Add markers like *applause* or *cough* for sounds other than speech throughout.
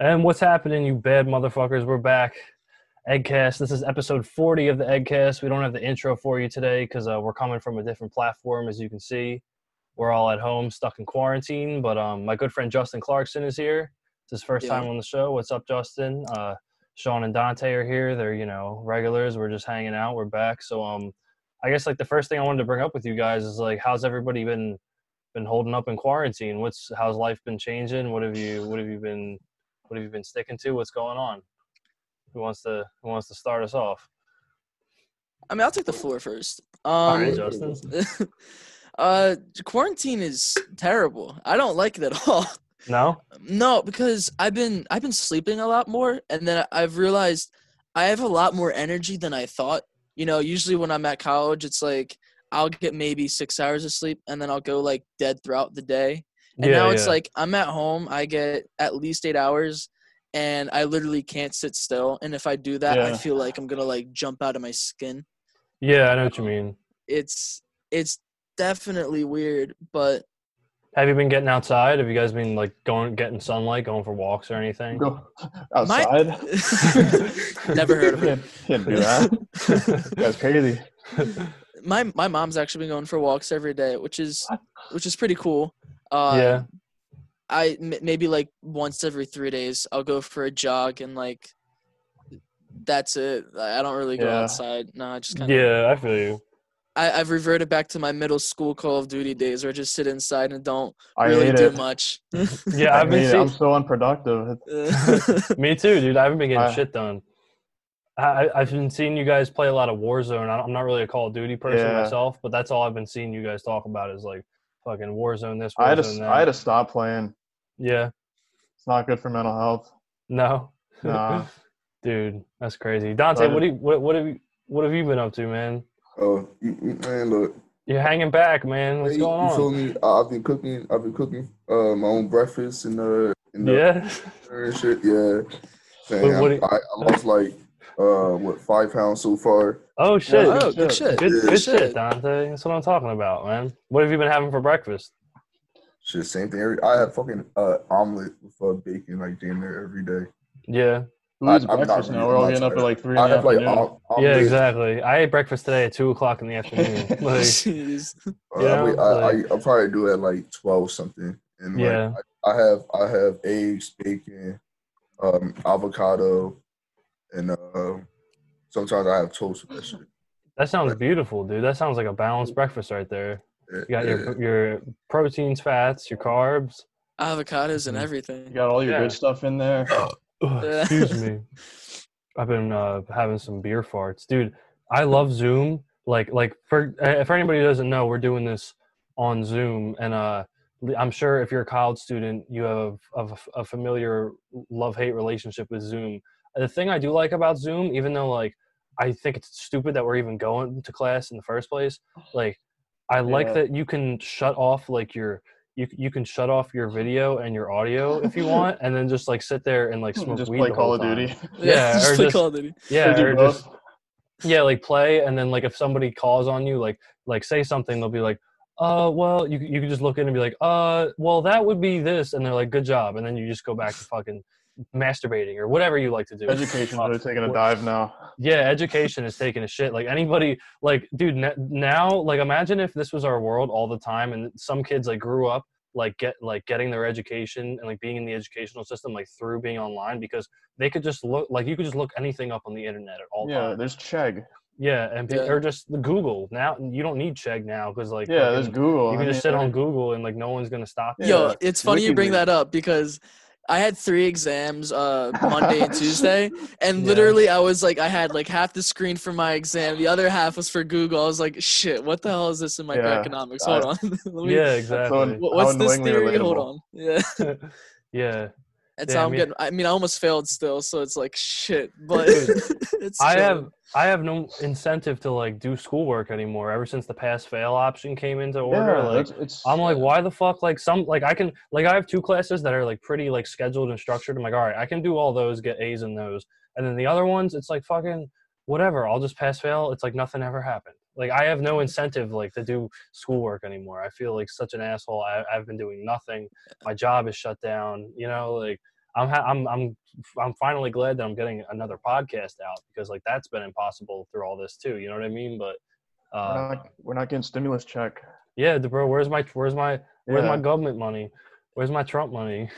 And what's happening, you bad motherfuckers? We're back. Eggcast. This is episode 40 of the Eggcast. We don't have the intro for you today because uh, we're coming from a different platform, as you can see. We're all at home, stuck in quarantine. But um, my good friend Justin Clarkson is here. It's his first Yeah. time on the show. What's up, Justin? Uh, Sean and Dante are here. They're you know regulars. We're just hanging out. We're back. So um, I guess like the first thing I wanted to bring up with you guys is like, how's everybody been been holding up in quarantine? What's how's life been changing? What have you what have you been what have you been sticking to? What's going on? Who wants to who wants to start us off? I mean, I'll take the floor first. All Um, right, Justin. *laughs* uh, quarantine is terrible. I don't like it at *laughs* all. No, No, because I've been I've been sleeping a lot more, and then I've realized I have a lot more energy than I thought. You know, usually when I'm at college, it's like I'll get maybe six hours of sleep, and then I'll go like dead throughout the day. And now it's like I'm at home, I get at least eight hours, and I literally can't sit still. And if I do that, I Yeah. feel like I'm gonna like jump out of my skin. yeah, I know what you mean. It's it's definitely weird, but Have you been getting outside? Have you guys been like going getting sunlight, going for walks or anything? Go outside. *laughs* Never heard of it. Can't, can't do that. *laughs* That's crazy. my my mom's actually been going for walks every day, which is which is pretty cool. Uh, yeah. I m- maybe like once every three days I'll go for a jog and like that's it. I I don't really go Yeah. outside. No, I just kind of. Yeah, I feel you. I, I've reverted back to my middle school Call of Duty days where I just sit inside and don't I really hate do it. much. Yeah, I I've been hate it. I'm seeing, so unproductive. *laughs* me too, dude. I haven't been getting I- shit done. I, I- I've been seeing you guys play a lot of Warzone. I don't- I'm not really a Call of Duty person Yeah. myself, but that's all I've been seeing you guys talk about is like fucking Warzone this, Warzone *laughs* I had that. to. I had to stop playing. yeah, It's not good for mental health. no, *laughs* Nah. dude, that's crazy. Dante, But- what do you, what, what have you what have you been up to, man? Oh, you- you- man, look. You're hanging back, man. What's Hey, going you feel on? me? I- I've been cooking. I've been cooking uh, my own breakfast and uh and, uh, Yeah, and shit. Yeah. Wait, Man, what do- I, I lost like uh what five pounds so far. oh shit. oh, good shit. shit. Good, Yeah. good shit, Shit. Dante. That's what I'm talking about, man. What have you been having for breakfast? Shit, same thing. Every, I have fucking uh omelet with uh, bacon like damn near every day. Yeah, Who eats I- I'm not breakfast now? really- We're all I'm getting not up at like three I in the have like afternoon. om- omelet. yeah, exactly. I ate breakfast today at two o'clock in the *laughs* afternoon. Like, Jeez. Uh, Yeah, I, wait, I, I like- I'll probably do it at like twelve something. And like, Yeah. I, I have I have eggs, bacon, um, avocado, and uh, sometimes I have toast with that shit. that sounds beautiful, dude. That sounds like a balanced breakfast right there. Yeah, You got yeah. your your proteins, fats, your carbs. *laughs* Avocados and Mm. You everything. got all your Yeah. good stuff in there. Uh, Ugh, Yeah. excuse me. I've been uh, having some beer farts, dude. I love Zoom. Like, like for uh, for anybody who doesn't know, we're doing this on Zoom, and uh, I'm sure if you're a college student, you have a, a, a familiar love hate relationship with Zoom. The thing I do like about Zoom, even though like I think it's stupid that we're even going to class in the first place, like I like Yeah. that you can shut off like your you you can shut off your video and your audio if you want, and then just like sit there and like smoke Hmm, Just weed play the Call whole of time. Duty. *laughs* Yeah, just or play just- Call of Duty. Or Yeah, do or both. just yeah, like play, and then like if somebody calls on you, like like say something, they'll be like, "Uh, well, you you can just look in and be like, uh, well, that would be this," and they're like, "Good job," and then you just go back to fucking masturbating or whatever you like to do. Education's really taking a What- dive now. yeah, education is taking a shit. Like anybody, like dude, n- now, like imagine if this was our world all the time, and some kids like grew up like get like getting their education and like being in the educational system like through being online because they could just look like you could just look anything up on the internet at all Yeah, times. there's Chegg. Yeah, and be, Yeah. or just the Google now. You don't need Chegg now because like Yeah, there's fucking- Google. you I can just mean, sit on Google and like no one's gonna stop you. Yo, Yeah. it's funny you bring WikiLeaks. that up because I had three exams uh, Monday and Tuesday, and literally I was like, I had like half the screen for my exam, the other half was for Google. I was like, shit, what the hell is this in microeconomics? Yeah, Hold on, *laughs* Let me- yeah, so exactly. annoying. wh- what's How this annoyingly theory? Hold relatable. on, yeah, yeah, that's Damn, how I'm yeah. getting. I mean, I almost failed still, so it's like shit, but *laughs* Dude, it's. I chill. have I have no incentive to like do schoolwork anymore. Ever since the pass fail option came into order, Yeah, like it's, it's, I'm like, why the fuck? Like some like I can like I have two classes that are like pretty like scheduled and structured. I'm like, all right, I can do all those, get A's in those, and then the other ones, it's like fucking whatever. I'll just pass fail. It's like nothing ever happened. Like I have no incentive like to do schoolwork anymore. I feel like such an asshole. I, I've been doing nothing. My job is shut down. You know, like I'm ha- I'm I'm I'm finally glad that I'm getting another podcast out because like that's been impossible through all this too. You know what I mean? But we're, uh, not, we're not getting stimulus check. yeah, the- bro, where's my where's my where's Yeah. my government money? Where's my Trump money?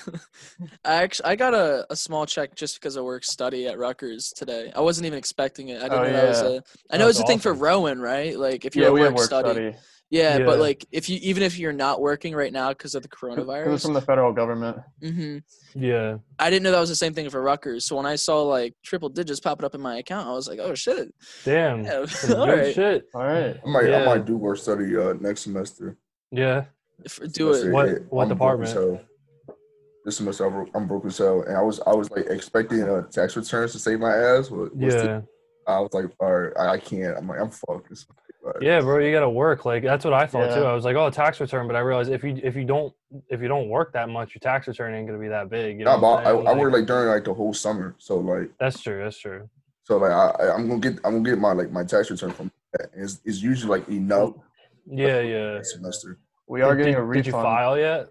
*laughs* I actually I got a, a small check just because of work study at Rutgers today. I wasn't even expecting it. I didn't Oh, know that was yeah. a. I know That's it's a thing for awesome. Rowan, right? Like if you're yeah, at we have work, work study. study. Yeah, Yeah. but like if you even if you're not working right now because of the 'Cause It's coronavirus, from the federal government. hmm yeah, I didn't know that was the same thing for Rutgers. So when I saw like triple digits popping up in my account, I was like, oh shit, damn, yeah, *laughs* Some all good right, shit. All right. I might, I Yeah. might do work study uh, next semester. Yeah, F- do Semester it. What- hit, what I'm broke as department? hell. This semester I'm broke- I'm broke as hell, and I was I was like expecting uh, tax returns to save my ass. But what's the- yeah, I was like, all right, I, I can't. I'm like, I'm fucked. It's like, yeah, bro. You gotta work. Like that's what I thought too. Yeah. I was like, oh, tax return, but I realized if you if you don't if you don't work that much, your tax return ain't gonna be that big. You know Nah, what but I'm I, saying? I worked like during like the whole summer, so like that's true. That's true. so like I I- I'm gonna get I'm gonna get my like my tax return from that. And it's, it's usually like enough Yeah, yeah. that semester. We are Did- getting did, a Did you refund. file yet?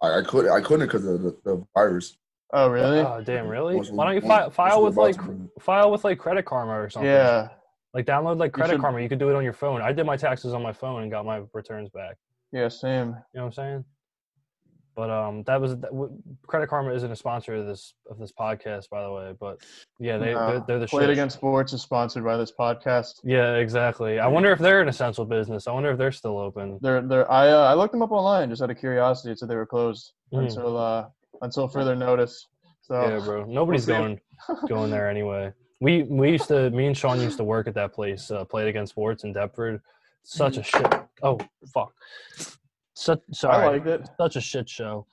I, I couldn't I couldn't because of the, the virus. Oh, really? Oh, damn, really? Once we- Why don't you once- file, once file we with were like about to- file with like Credit Karma or something? Yeah. Like download like Credit should- Karma. You could do it on your phone. I did my taxes on my phone and got my returns back. Yeah, You same. know what I'm saying? But um, that was that, w- Credit Karma isn't a sponsor of this of this podcast, by the way. But yeah, they Nah. they're, they're the Uh, Played shit. Against Sports is sponsored by this podcast. Yeah, exactly. I wonder if they're an essential business. I wonder if they're still open. They're, they're, I, uh, I looked them up online just out of curiosity. It said they were closed Mm. until uh, until further notice. So Yeah, bro. Nobody's see if- going going there anyway. We we used to me and Sean used to work at that place, uh, played against sports in Deptford. Such a shit. Oh fuck. Such I sorry. liked it. such a shit show.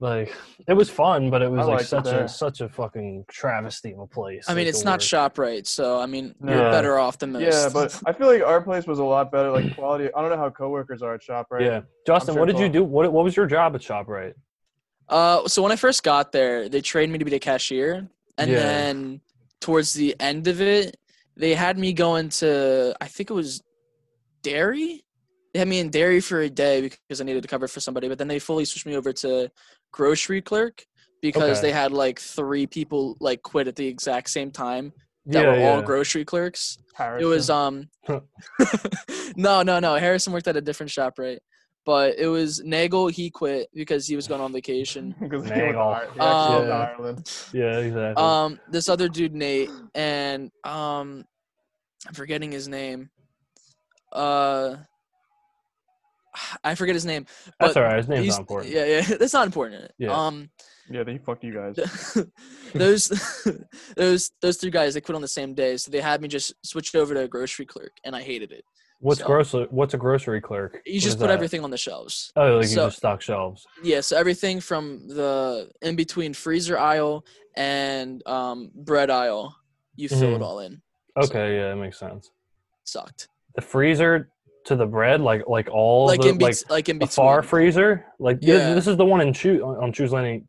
Like it was fun, but it was I like liked it such a there. such a fucking travesty of a place. I mean, like, it's the not worst. Shoprite, so I mean, Yeah. you're better off than most. Yeah, *laughs* but I feel like our place was a lot better. *clears throat* Like quality. I don't know how coworkers are at shop, right? Yeah, Justin, sure what did it's you all- do? What what was your job at *laughs* Shoprite? Uh, so when I first got there, they trained me to be the cashier, and Yeah. then towards the end of it, they had me going to I think it was dairy. They had me in dairy for a day because I needed to cover for somebody, but then they fully switched me over to grocery clerk because Okay. they had like three people like quit at the exact same time that were all grocery clerks. It was um no no no Harrison worked at a different shop right but it was Nagel he quit because he was going on *laughs* vacation because Mangle. Um, Ireland. yeah, exactly. um this other dude Nate and um I'm forgetting his name uh I forget his name That's but all right. His name's he's- not important. yeah *laughs* yeah that's not important Yeah. um Yeah, they fucked you *laughs* guys. those *laughs* those those three guys they quit on the same day so they had me just switch over to a grocery clerk and I hated it What's so- grocery? What's a grocery clerk? you What just is put that? everything on the shelves Oh, like you So- just stock shelves. Yeah, so everything from the in between freezer aisle and um, bread aisle, you fill Mhm. it all in. Okay, yeah, that makes sense. Sucked. The freezer to the bread, like like all like, the in be- like like, in the between. far freezer. Like thi- Yeah. this is the one in Chu on on Choose Landing.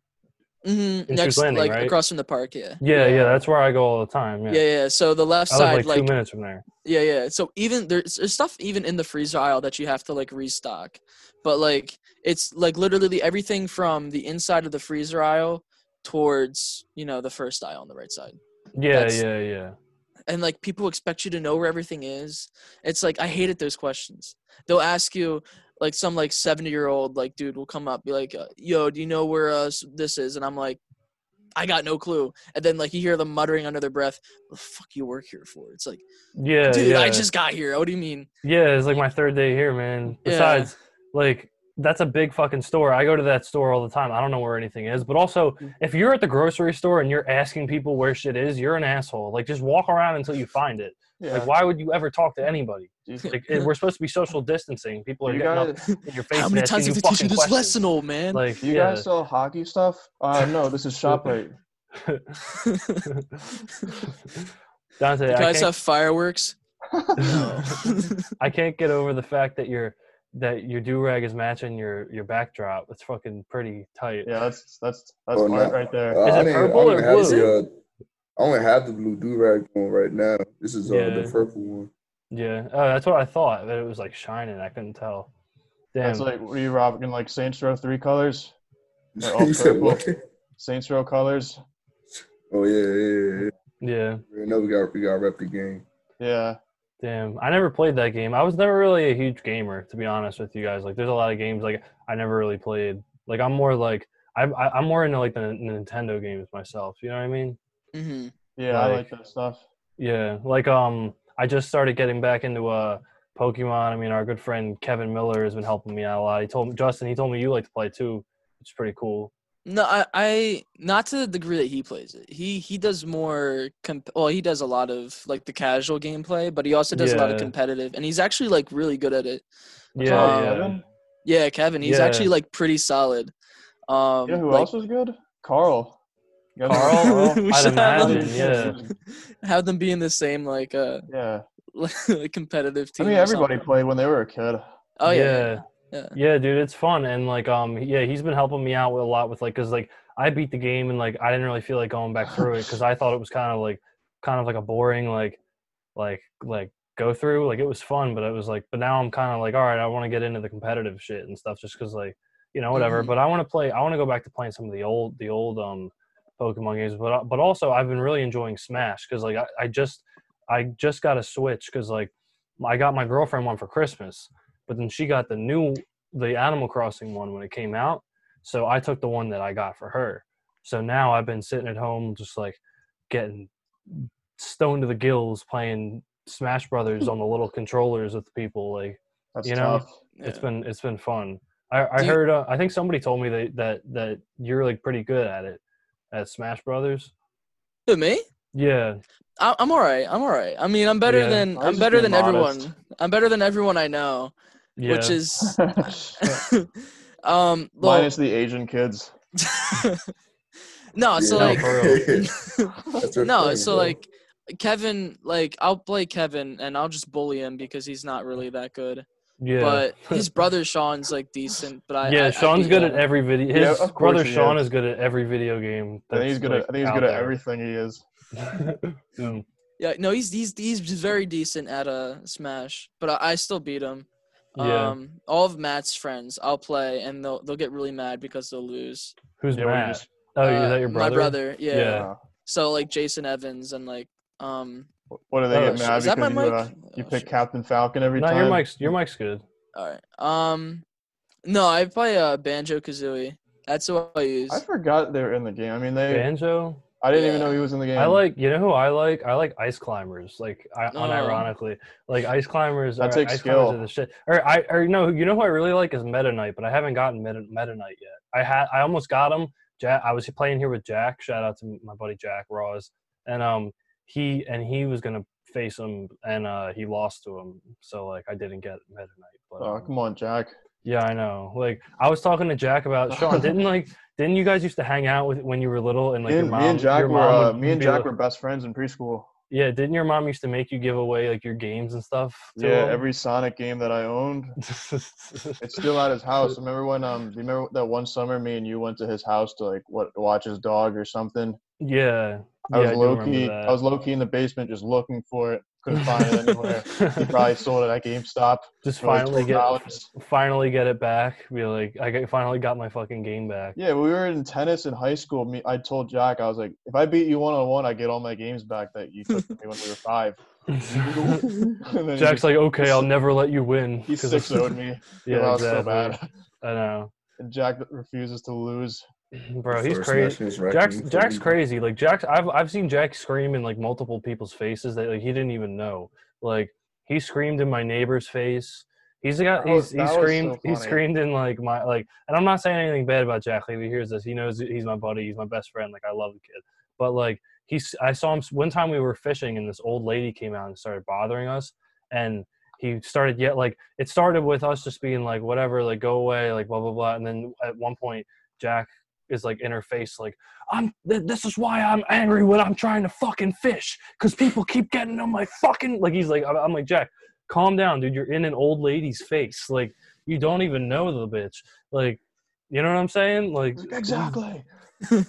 Mhm, Shoes Next, Landing, like right? across from the park. Yeah. Yeah, yeah, Yeah. that's where I go all the time. Yeah, yeah. Yeah, So the left I side, live like like, two minutes from there. yeah, yeah. So even there's, there's stuff even in the freezer aisle that you have to like restock, but like it's like literally everything from the inside of the freezer aisle towards you know the first aisle on the right side. Yeah, That's- yeah, yeah. and like people expect you to know where everything is. It's like I hated those questions. They'll ask you like some like 70 year old like dude will come up be like, uh, "Yo, do you know where uh, s- this is?" And I'm like, "I got no clue." And then like you hear them muttering under their breath, "The fuck you work here for?" It's like, Yeah, "Dude, yeah. I just got here. What do you mean?" yeah. It's like my third day here, man. Yeah. Besides, like that's a big fucking store. I go to that store all the time. I don't know where anything is. But also, Mm. if you're at the grocery store and you're asking people where shit is, you're an asshole. Like just walk around until you find it. Yeah. Like why would you ever talk to anybody? Jesus. Like it- we're supposed to be social distancing. People are you getting guys, up in your face. How and many asking times have you I teach you fucking this questions. lesson, old Oh, man? Like do you yeah. guys sell hockey stuff? Uh, no, this is Shoprite. You Dante, I guys can't- have *laughs* fireworks? No. *laughs* I can't get over the fact that your that your do rag is matching your your backdrop. It's fucking pretty tight. yeah, that's that's that's Oh, art no. right there. Uh, Is I it didn't- I purple only or have blue? the, uh, I only have the blue do rag on right now. This is uh, the Yeah. purple one. Yeah. Oh, that's what I thought. But it was like shining. I couldn't tell. Damn. That's like what are you robbing like Saints Row three colors? They're *laughs* all You said purple. what? Saints Row colors. Oh yeah, yeah, yeah. Yeah. We know we got we got to rep the game. Yeah. Damn, I never played that game. I was never really a huge gamer, to be honest with you guys. Like, there's a lot of games like I never really played. Like, I'm more like I'm I- I'm more into like the N- Nintendo games myself. You know what I mean? hmm Yeah, I Like- like that stuff. Yeah. Like, um, I just started getting back into uh Pokemon. I mean, our good friend Kevin Miller has been helping me out a lot. He told Justin, he told me you like to play too, which is pretty cool. No, I, I not to the degree that he plays it. He he does more. Comp- well, he does a lot of like the casual gameplay, but he also does a lot of Yeah. competitive, and he's actually like really good at it. Yeah, Uh, yeah. Evan? Yeah, Kevin, he's Yeah. actually like pretty solid. Um, Yeah, who like, else is good? Carl. You guys *laughs* Carl? *laughs* remember *laughs* we I'd should have them, imagine, yeah. have them be in the same like uh *laughs* Yeah. competitive I team. mean, or everybody something. played when they were a kid. Oh yeah. yeah. yeah. Yeah, dude, it's fun and like um yeah, he's been helping me out with a lot with like cuz like I beat the game and like I didn't really feel like going back through it cuz I thought it was kind of like kind of like a boring like like like go through. Like it was fun, but it was like but now I'm kind of like all right, I want to get into the competitive shit and stuff just cuz like you know whatever, Mhm. but I want to play I want to go back to playing some of the old the old um Pokemon games, but but also I've been really enjoying Smash cuz like I, I just I just got a Switch cuz like I got my girlfriend one for Christmas, but then she got the new the Animal Crossing one when it came out. So I took the one that I got for her. So now I've been sitting at home just like getting stoned to the gills playing Smash Brothers on the *laughs* little controllers with people. Like That's You know, tough. yeah. it's been it's been fun. I, I Do you- heard uh, I think somebody told me that that that you're like pretty good at it at Smash Brothers. Who, me? Yeah, I- I'm all right. I'm all right. I mean, I'm better Yeah. than I was I'm just better being than modest. everyone. I'm better than everyone I know, yeah. which *laughs* is *laughs* um well, Minus the Asian kids. *laughs* no. So Yeah. like *laughs* for real. That's what no. I'm saying, So bro. like Kevin, like I'll play Kevin and I'll just bully him because he's not really that good. yeah. But *laughs* his brother Sean's like decent. But I yeah, I- I Sean's beat good him. at every video. Yeah, His of course brother he Sean is. is good at every video game. I think he's good at. I think he's good at everything he is. everything. Yeah, no, he's he's he's very decent at uh, Smash, but I, I still beat him. Yeah. Um, all of Matt's friends, I'll play, and they'll they'll get really mad because they'll lose. Who's Yeah, we Matt? just- oh, Uh, is that your brother? My brother, yeah. Yeah. uh, So like Jason Evans and like um. what do they Oh, get sh- mad is that my because you, mic? uh, you Oh, pick shit. Captain Falcon every No, time? your mic's your mic's good. All right. Um, no, I play uh Banjo Kazooie. That's what I use. I forgot they were in the game. I mean, they. Banjo. I didn't even Yeah. know he was in the game. I like you know who I like. I like ice climbers. Like I, Oh. unironically, like ice climbers. That are, takes ice climbers skill. are the shit. Or I or no, you know who I really like is Meta Knight, but I haven't gotten Meta, Meta Knight yet. I had I almost got him. Jack, I was playing here with Jack. Shout out to my buddy Jack Ross, and um he and he was gonna face him, and uh he lost to him. So like I didn't get Meta Knight. But Oh, um, come on, Jack. Yeah, I know. Like I was talking to Jack about *laughs* Sean. Didn't like didn't you guys used to hang out with when you were little and like me, your and, mom? me and Jack your were. mom Uh, would me and be Jack like- were best friends *laughs* in preschool. Yeah, didn't your mom used to make you give away like your games and stuff? to Yeah, him? every Sonic game that I owned, it's still at his house. Remember when? Um, do you remember that one summer me and you went to his house to like what watch his dog or something? *laughs* yeah. I yeah, was do low remember key. that. I was low key in the basement, just looking for it. Couldn't find it *laughs* anywhere. He probably sold it at GameStop. just for, like, finally get $12. finally get it back. Be like, I got- finally got my fucking game back. Yeah, we were in tennis in high school. Me, I told Jack, I was like, if I beat you one on one, I get all my games back that *laughs* you took from me when we were five. And then Jack's he, like, okay, I'll he's- never let you win. he 'cause of- six *laughs* owed me. Yeah, I Yeah, was so exactly. bad. I know, And Jack refuses to lose. *clears throat* bro. He's First crazy. nationals ranking Jack's for Jack's me. crazy. Like Jack's, I've I've seen Jack scream in like multiple people's faces that like he didn't even know. Like he screamed in my neighbor's face. He's the guy. That He's, was- he that was so screamed. he funny. screamed in like my like. And I'm not saying anything bad about Jack. Like if he hears this, he knows he's my buddy. He's my best friend. Like I love the kid. But like he's, I saw him s- one time we were fishing and this old lady came out and started bothering us and he started yet like it started with us just being like whatever like go away like blah blah blah and then at one point jack is like in her face like i'm th- this is why i'm angry when i'm trying to fucking fish because people keep getting on my fucking like he's like I'm, I'm like jack calm down dude you're in an old lady's face like you don't even know the bitch like you know what i'm saying like He's like, exactly.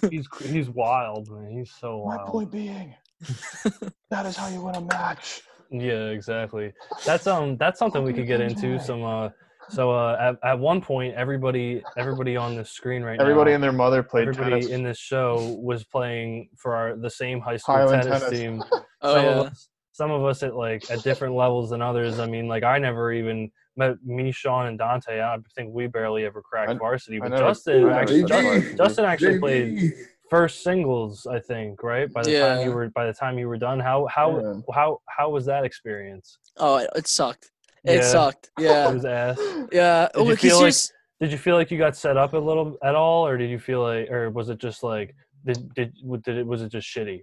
he's he's wild man he's so My wild point being, *laughs* that is how you win a match. Yeah, exactly. That's um that's something we Fucking could get Avengers. into some uh So uh, at, at one point, everybody everybody on this screen right Everybody now, and their mother played everybody tennis. in this show was playing for our the same high school Highland tennis, tennis. *laughs* team. Oh some yeah. of us, some of us at like at different levels than others. I mean, like I never even met me, Sean, and Dante. I think we barely ever cracked I- varsity. I But never- Justin, I never actually, said Justin, that. varsity. Justin actually JV. played first singles. I think right by the time you Yeah. were by the time you were done. How how Yeah. how how was that experience? Oh, it, it sucked. It Yeah. *laughs* sucked. It Yeah. was ass. Yeah. Did you Because feel like- here's- Did you feel like you got set up a little at all, or did you feel like, or was it just like, did did did it was it just shitty?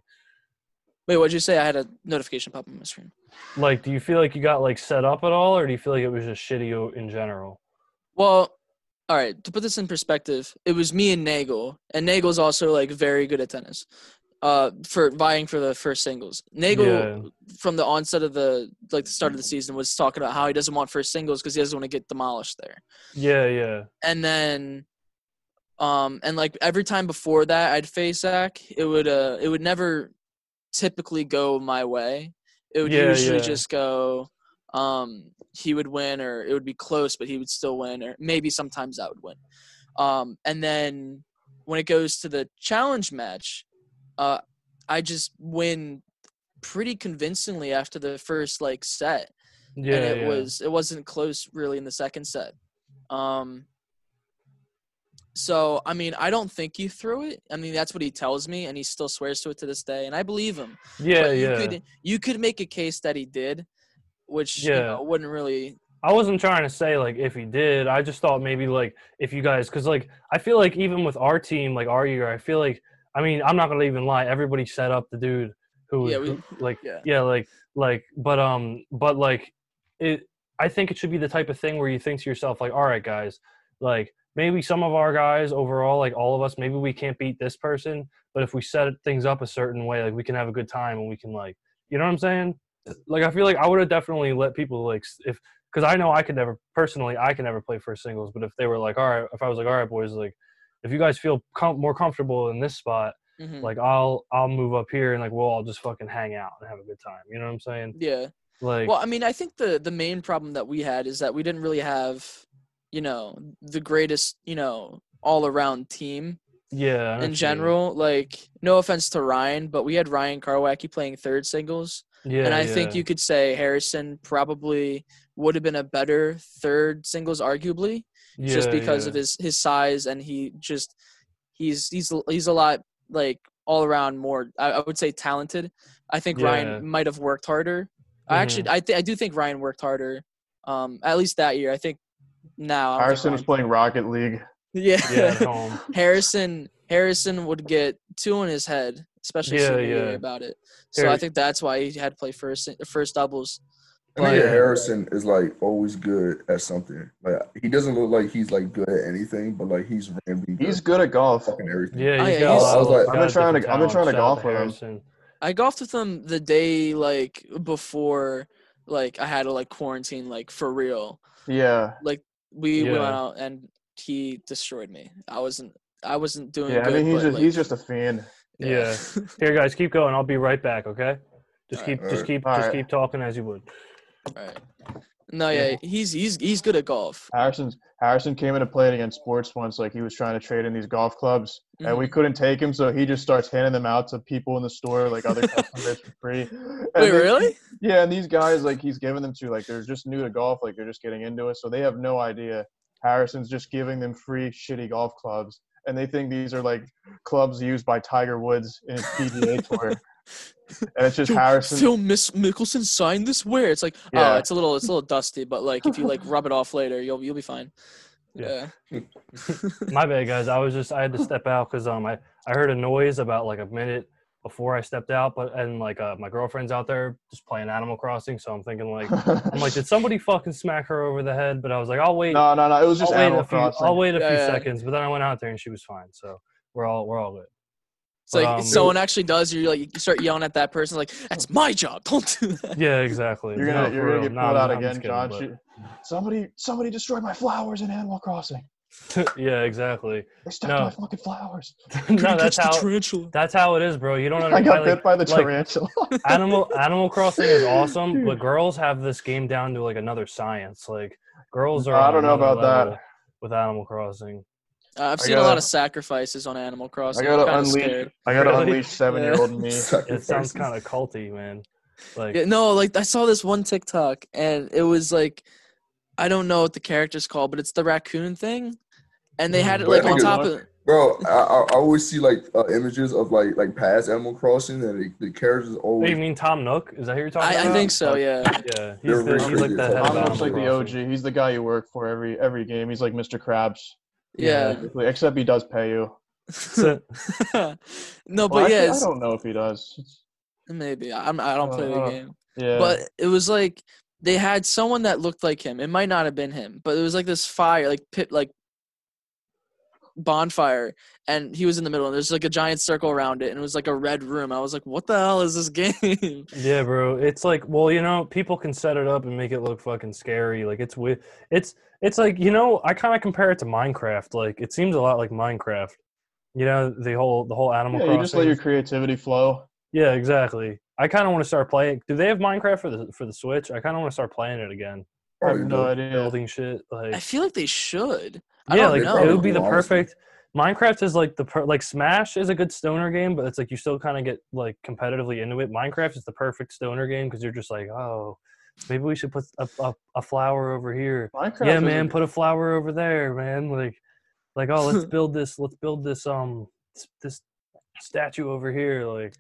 wait, what'd you say? I had a notification pop on my screen. Like, do you feel like you got like set up at all, or do you feel like it was just shitty o- in general? Well, all right. To put this in perspective, it was me and Nagel, and Nagel's also like very good at tennis. Uh, for vying for the first singles, Nagel Yeah. from the onset of the like the start of the season was talking about how he doesn't want first singles because he doesn't want to get demolished there. Yeah, yeah. and then um and like every time before that I'd face Zach, it would uh it would never typically go my way. It would Yeah, usually yeah. just go um he would win or it would be close but he would still win or maybe sometimes I would win. Um and then when it goes to the challenge match, uh I just win pretty convincingly after the first like set Yeah, and it yeah. was it wasn't close really in the second set. Um so I mean I don't think you threw it. I mean that's what he tells me and he still swears to it to this day and I believe him. yeah, But you Uh, yeah. could you could make a case that he did, which you Yeah. know, wouldn't really I wasn't trying to say like if he did. I just thought maybe like if you guys, because like I feel like even with our team, like our year, I feel like I mean I'm not gonna even lie. Everybody set up the dude who, Yeah, yeah, we- like yeah. yeah, like like but um but like it. I think it should be the type of thing where you think to yourself like, all right, guys, like maybe some of our guys overall, like all of us, maybe we can't beat this person, but if we set things up a certain way, like we can have a good time and we can like, you know what I'm saying? Like I feel like I would have definitely let people like s- if because I know I could never personally I can never play first singles. But if they were like, all right, if I was like, all right, boys, like if you guys feel com- more comfortable in this spot, mhm. like I'll I'll move up here and like we'll all just fucking hang out and have a good time. You know what I'm saying? yeah. Like Well, I mean, I think the the main problem that we had is that we didn't really have, you know, the greatest, you know, all around team yeah, I know what you in mean. general. Like, no offense to Ryan, but we had Ryan Karwacki playing third singles. Yeah, and I yeah. think you could say Harrison probably would have been a better third singles, arguably, just Yeah, because yeah. of his his size and he just he's he's he's a lot like all around more. I, I would say talented. I think Yeah. Mm-hmm. Ryan might have worked harder. I actually I th- I do think Ryan worked harder. Um, at least that year. I think now I don't think Harrison was Ryan- playing Rocket League. yeah *laughs* at home. Harrison Harrison would get two on his head, especially Yeah, senior year yeah. about it. So I Harry- think that's why he had to play first first doubles. I mean, But- Harrison is like always good at something. Like he doesn't look like he's like good at anything, but like he's randomly good He's at good at golf. fucking everything. Yeah, Oh, he's yeah, got he's- a lot I was of- like- got I've been trying to- different I've been trying to talents. golf Shout out with him. Harrison. I golfed with him the day like before like I had to like quarantine like for real. Yeah. We went Yeah. out and he destroyed me. I wasn't I wasn't doing Yeah. I good. mean, he's but, just like, he's just a fiend. Yeah. *laughs* Here, guys, keep going. I'll be right back. Okay, just Alright. keep, just keep, Alright. just keep talking as you *laughs* would. Right. No, Yeah. yeah, he's he's he's good at golf. Harrison's Harrison came into play against sports once, like he was trying to trade in these golf clubs, and Mm-hmm. we couldn't take him, so he just starts handing them out to people in the store, like *laughs* other customers for free. And Wait, then- really? Yeah, and these guys, like he's giving them to, like they're just new to golf, like they're just getting into it, so they have no idea. Harrison's just giving them free shitty golf clubs, and they think these are like clubs used by Tiger Woods in his *laughs* PGA tour. And it's just Phil- Harrison. Phil Miss Mickelson signed this where? It's like, oh, Yeah. it's a little it's a little dusty, but like if you like rub it off later, you'll you'll be fine. Yeah. Yeah. My bad, guys. I was just I had to step out because um I I heard a noise about like a minute before I stepped out, but and like uh, my girlfriend's out there just playing Animal Crossing, so I'm thinking like I'm like, did somebody fucking smack her over the head? But I was like, I'll wait. no, no, no. It was just I'll, wait Animal a few, I'll Crossing. wait a few Yeah, yeah. seconds, but then I went out there and she was fine. So we're all we're all good. It's like But, um, someone actually does. You're like you start yelling at that person. Like that's my job. Don't do that. Yeah, exactly. You're gonna No, you're for gonna real. get pulled No, out I'm- I'm again, just John. kidding, Shoot. Somebody somebody destroyed my flowers in Animal Crossing. but- *laughs* yeah, exactly. They stuck No. my fucking flowers. *laughs* no, that's catch the how tarantula. that's how it is, bro. You don't *laughs* I understand. got like, bit by the like- tarantula. *laughs* Animal Animal Crossing is awesome, Dude. but girls have this game down to like another science. Like Girls are. I on don't know another about that. level With Animal Crossing, Uh, I've I seen a gotta- lot of sacrifices on Animal I Crossing. I'm gotta kinda unleash. scared. I gotta Really? unleash seven *laughs* year old me. it sounds kind of culty, man. Like Yeah, no, like I saw this one TikTok and it was like I don't know what the character's called, but it's the raccoon thing. And they had it Mm-hmm. like Wait, on hold top on. of Bro, I, I I always see like uh, images of like like past Animal Crossing, and the, the characters What, you always. mean Tom Nook? Is that who you're talking I, I about? think so, yeah. Yeah, They're he's, the, he's like recreating the it. head of Tom Tom Animal looks like the OG. Crossing. He's the guy you work for every every game. He's like Mr. Krabs, Yeah. except he does pay you. So- *laughs* no, Well, but actually, yeah, I it's, don't know if he does. maybe. I'm I don't play the Uh, game. Yeah, But it was like they had someone that looked like him. It might not have been him, but it was like this fire, like pit like bonfire and he was in the middle and there's like a giant circle around it and it was like a red room. I was like, "What the hell is this game?" *laughs* Mm. Yeah, bro. It's like, well, you know, people can set it up and make it look fucking scary. Like it's with it's it's like, you know, I kind of compare it to Minecraft. Like it seems a lot like Minecraft. You know, the whole the whole Animal yeah, you just Crossing. let your creativity flow. yeah, exactly. I kind of want to start playing. Do they have Minecraft for the for the Switch? I kind of want to start playing it again. I Oh, have you no know. idea. Building shit like I feel like they should. I Yeah, don't like know. it would be the Honestly. perfect Minecraft is like the per- like Smash is a good stoner game, but it's like you still kind of get like competitively into it. Minecraft is the perfect stoner game because you're just like, oh, maybe we should put a, a, a flower over here. Minecraft yeah, is a- man, put a flower over there, man. Like, like oh, let's build this. Let's build this um s- this statue over here. Like,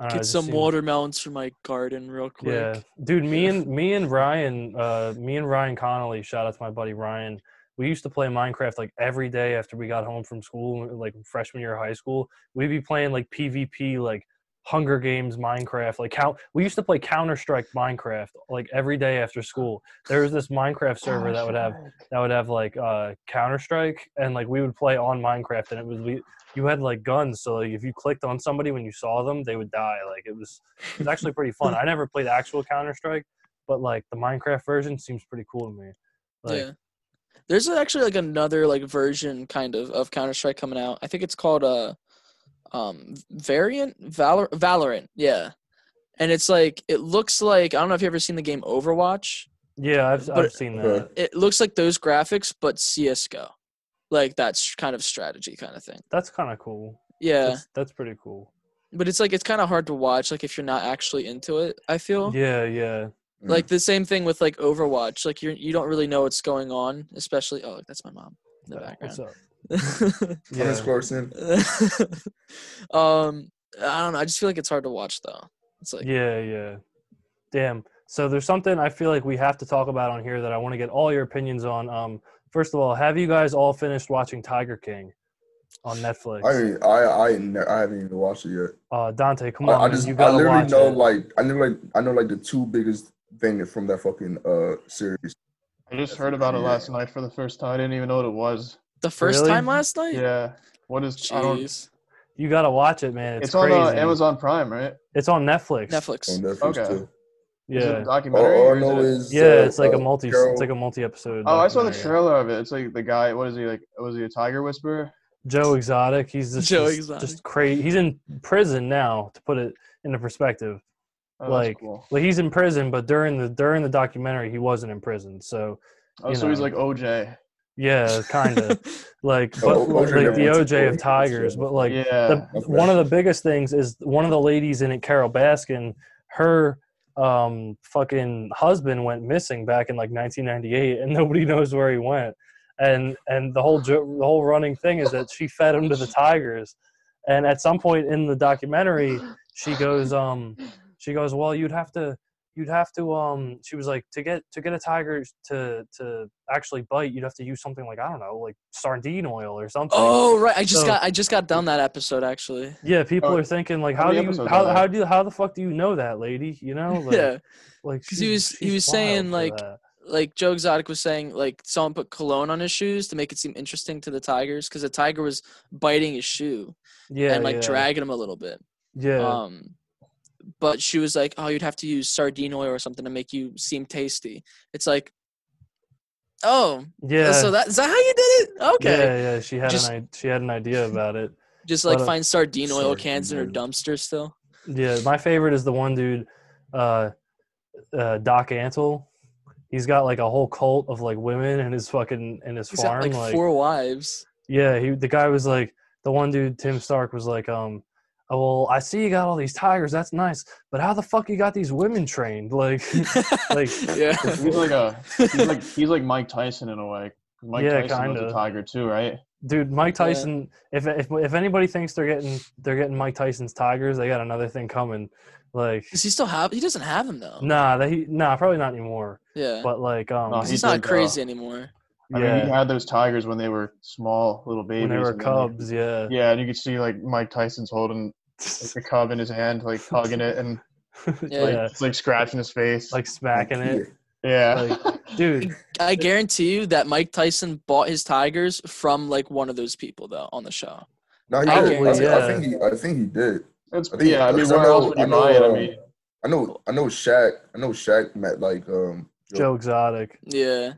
I don't know, it Get just some seems- watermelons for my garden real quick. yeah, dude. Me and me and Ryan, uh, me and Ryan Connolly. Shout out to my buddy Ryan. We used to play Minecraft like every day after we got home from school, like freshman year of high school. We'd be playing like PvP, like Hunger Games Minecraft. Like how we used to play Counter Strike Minecraft like every day after school. There was this Minecraft server that would have that would have like uh Counter Strike, and like we would play on Minecraft, and it was we you had like guns, so like if you clicked on somebody when you saw them, they would die. Like it was it was actually pretty *laughs* fun. I never played actual Counter Strike, but like the Minecraft version seems pretty cool to me. Like, yeah. There's actually like another like version kind of of Counter Strike coming out. I think it's called uh um variant Valor Valorant. Yeah. And it's like it looks like I don't know if you ever seen the game Overwatch. yeah, I've But- I've seen Okay. that. It looks like those graphics but CS:GO. Like that's kind of strategy kind of thing. That's kind of cool. Yeah. That's, that's pretty cool. but it's like it's kind of hard to watch like if you're not actually into it, I feel. Yeah, yeah. Mm. Like the same thing with like Overwatch. Like you you don't really know what's going on, especially oh that's my mom in the Uh, What's background. up? *laughs* Thomas Yeah. Clarkson. um I don't know. I just feel like it's hard to watch though. It's like yeah, yeah. Damn. So there's something I feel like we have to talk about on here that I want to get all your opinions on. Um, first of all, have you guys all finished watching Tiger King on Netflix? I mean, I I ne- I haven't even watched it yet. uh, Dante, come I, on, I man, just you I gotta literally watch know it. like I know like I know like the two biggest things from that fucking uh series. I just heard about it last night for the first time. I didn't even know what it was. the first Really? time last night? Yeah, what is? I don't. It's, Jeez. you gotta watch it, man. It's, on crazy. uh, Amazon Prime, right? It's on Netflix. On Netflix. Netflix Okay. too. Is it Yeah, a All, documentary? all or I is know it a- is yeah. uh, It's like uh, a multi. Carol- It's like a multi-episode. Oh, I saw the documentary. trailer of it. It's like the guy. What is he like? Was he a tiger whisperer? Joe Exotic. He's just Joe just, Exotic. just crazy. He's in prison now. To put it into perspective, Oh, that's Like, cool. like he's in prison, but during the during the documentary, he wasn't in prison. So Oh, you so he's know. like OJ. yeah, kind *laughs* of like Oh, but OJ like never the went to OJ court. of Tigers, but like yeah. the, Okay. one of the biggest things is one of the ladies in it, Carol Baskin, her um fucking husband went missing back in like 1998 and *laughs* nobody knows where he went and and the whole jo- the whole running thing is that she fed him to the tigers and at some point in the documentary she goes um she goes well you'd have to you'd have to um she was like to get to get a tiger to to actually bite you'd have to use something like i don't know like sardine oil or something Oh right. I just So- got I just got done that episode actually. yeah, people Oh, are thinking like, how how do many you episodes how, are there? how do you, how the fuck do you know that lady? *laughs* You know, like, yeah. like 'Cause he she's- was- he she's was saying, wild for like, that. like Joe Exotic was saying, like someone put cologne on his shoes to make it seem interesting to the tigers because the tiger was biting his shoe yeah, and like yeah, dragging him a little bit. yeah, Um, but she was like, "Oh, you'd have to use sardine oil or something to make you seem tasty." It's like, oh, yeah. so that is that how you did it? Okay, yeah, yeah. She had Just- an i- she had *laughs* an idea about it. just like But, uh, find sardine oil cans in her sardine dumpster still. Yeah, my favorite is the one dude, uh, uh Doc Antle. he's got like a whole cult of like women in his fucking in his He's got farm. like, like four wives. yeah, he the guy was like the one dude Tim Stark was like um. Oh, well, I see you got all these tigers. That's nice, but how the fuck you got these women *laughs* trained? Like, *laughs* like, yeah. He's like a he's like he's like Mike Tyson in a way. 'Cause Mike Yeah, Tyson was kinda. a tiger too, right? dude, Mike Yeah. Tyson. If if if anybody thinks they're getting they're getting Mike Tyson's tigers, they got another thing coming. Like, Does he still have? He doesn't have him though. nah, that he nah, probably not anymore. Yeah. But like, um, No, 'Cause he he's not did, uh, crazy anymore. I yeah, mean, he had those tigers when they were small little babies. when they were and then, like, cubs, yeah. Yeah, and you could see like Mike Tyson's holding like, the cub in his hand, like hugging it *laughs* and Yeah. like, yeah, just, like scratching his face. like smacking it, yeah, like, dude. I guarantee you that Mike Tyson bought his tigers from like one of those people though on the show. No, he Probably, did. I, thi- yeah. I think he. I think he did. It's- I think- yeah. I mean, because I where else know- would you I know, buy it? I um, mean, I know. I know. Shaq. I know. Shaq met like um Joe Exotic. Yeah,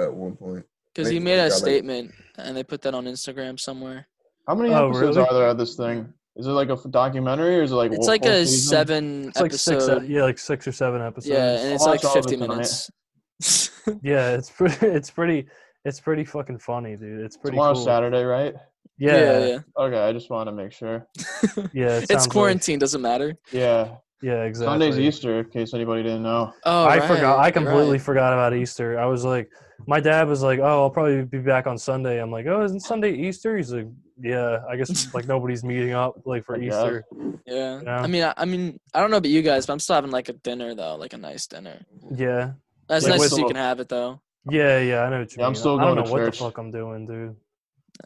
at one point. because he Maybe made they a got, like- statement and they put that on Instagram somewhere. how many Oh, episodes really? are there of this thing? Is it like a f- documentary or is it like It's whole- like whole a season? seven It's like six, episode. e- yeah, like six or seven episodes. yeah, and it's I'll like watch all of fifty it tonight. minutes. *laughs* yeah, it's pretty, it's pretty, it's pretty fucking funny, dude. It's pretty Tomorrow's cool. Saturday, right? Yeah, yeah, yeah. Okay, I just want to *laughs* make sure. it sounds It's like- quarantine. doesn't matter. Yeah, yeah, exactly. Sunday's Easter, in case anybody didn't know. Oh, I right, forgot. I you're completely right. forgot about Easter. I was like, my dad was like, "Oh, I'll probably be back on Sunday." I'm like, "Oh, isn't Sunday Easter?" He's like, "Yeah, *laughs* I guess like nobody's meeting up like for I guess. Easter." Yeah. Yeah. I mean, I, I mean, I don't know about you guys, but I'm still having like a dinner though, like a nice dinner. Yeah, That's Like, nice with- that you can have it though. yeah, yeah. I know what you Yeah, I'm mean. still I don't going know to what church. the fuck I'm doing, dude.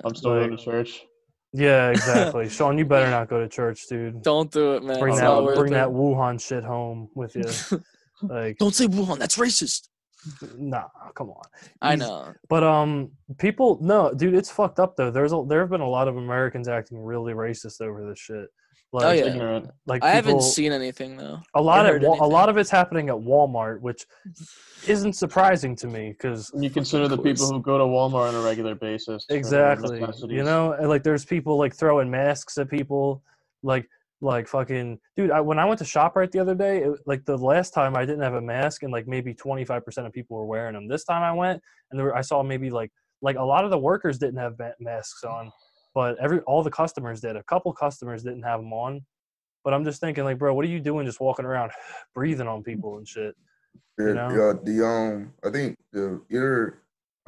I'm still going to church. *laughs* Yeah, exactly. Sean, you better not go to church, dude. Don't do it, man. bring it's that not worth bring it. that Wuhan shit home with you. *laughs* like, Don't say Wuhan. That's racist. nah, come on. I He's- know. But um, people, no, dude, it's fucked up though. There's a, there have been a lot of Americans acting really racist over this shit. Like, Oh, yeah. Ignorant. like I haven't people- seen anything though. a lot heard of a anything. lot of it's happening at Walmart, which isn't surprising to me because And you consider the people who go to Walmart on a regular basis. for their exactly, you necessities. know, and, like there's people like throwing masks at people, like like fucking dude. I, when I went to Shoprite the other day, it, like the last time I didn't have a mask, and like maybe 25 percent of people were wearing them. This time I went, and there were, I saw maybe like like a lot of the workers didn't have ma- masks on, but every all the customers did. A couple customers didn't have them on. But I'm just thinking, like, bro, what are you doing just walking around *sighs* breathing on people and shit? Yeah, You know? yeah, the um, I think the either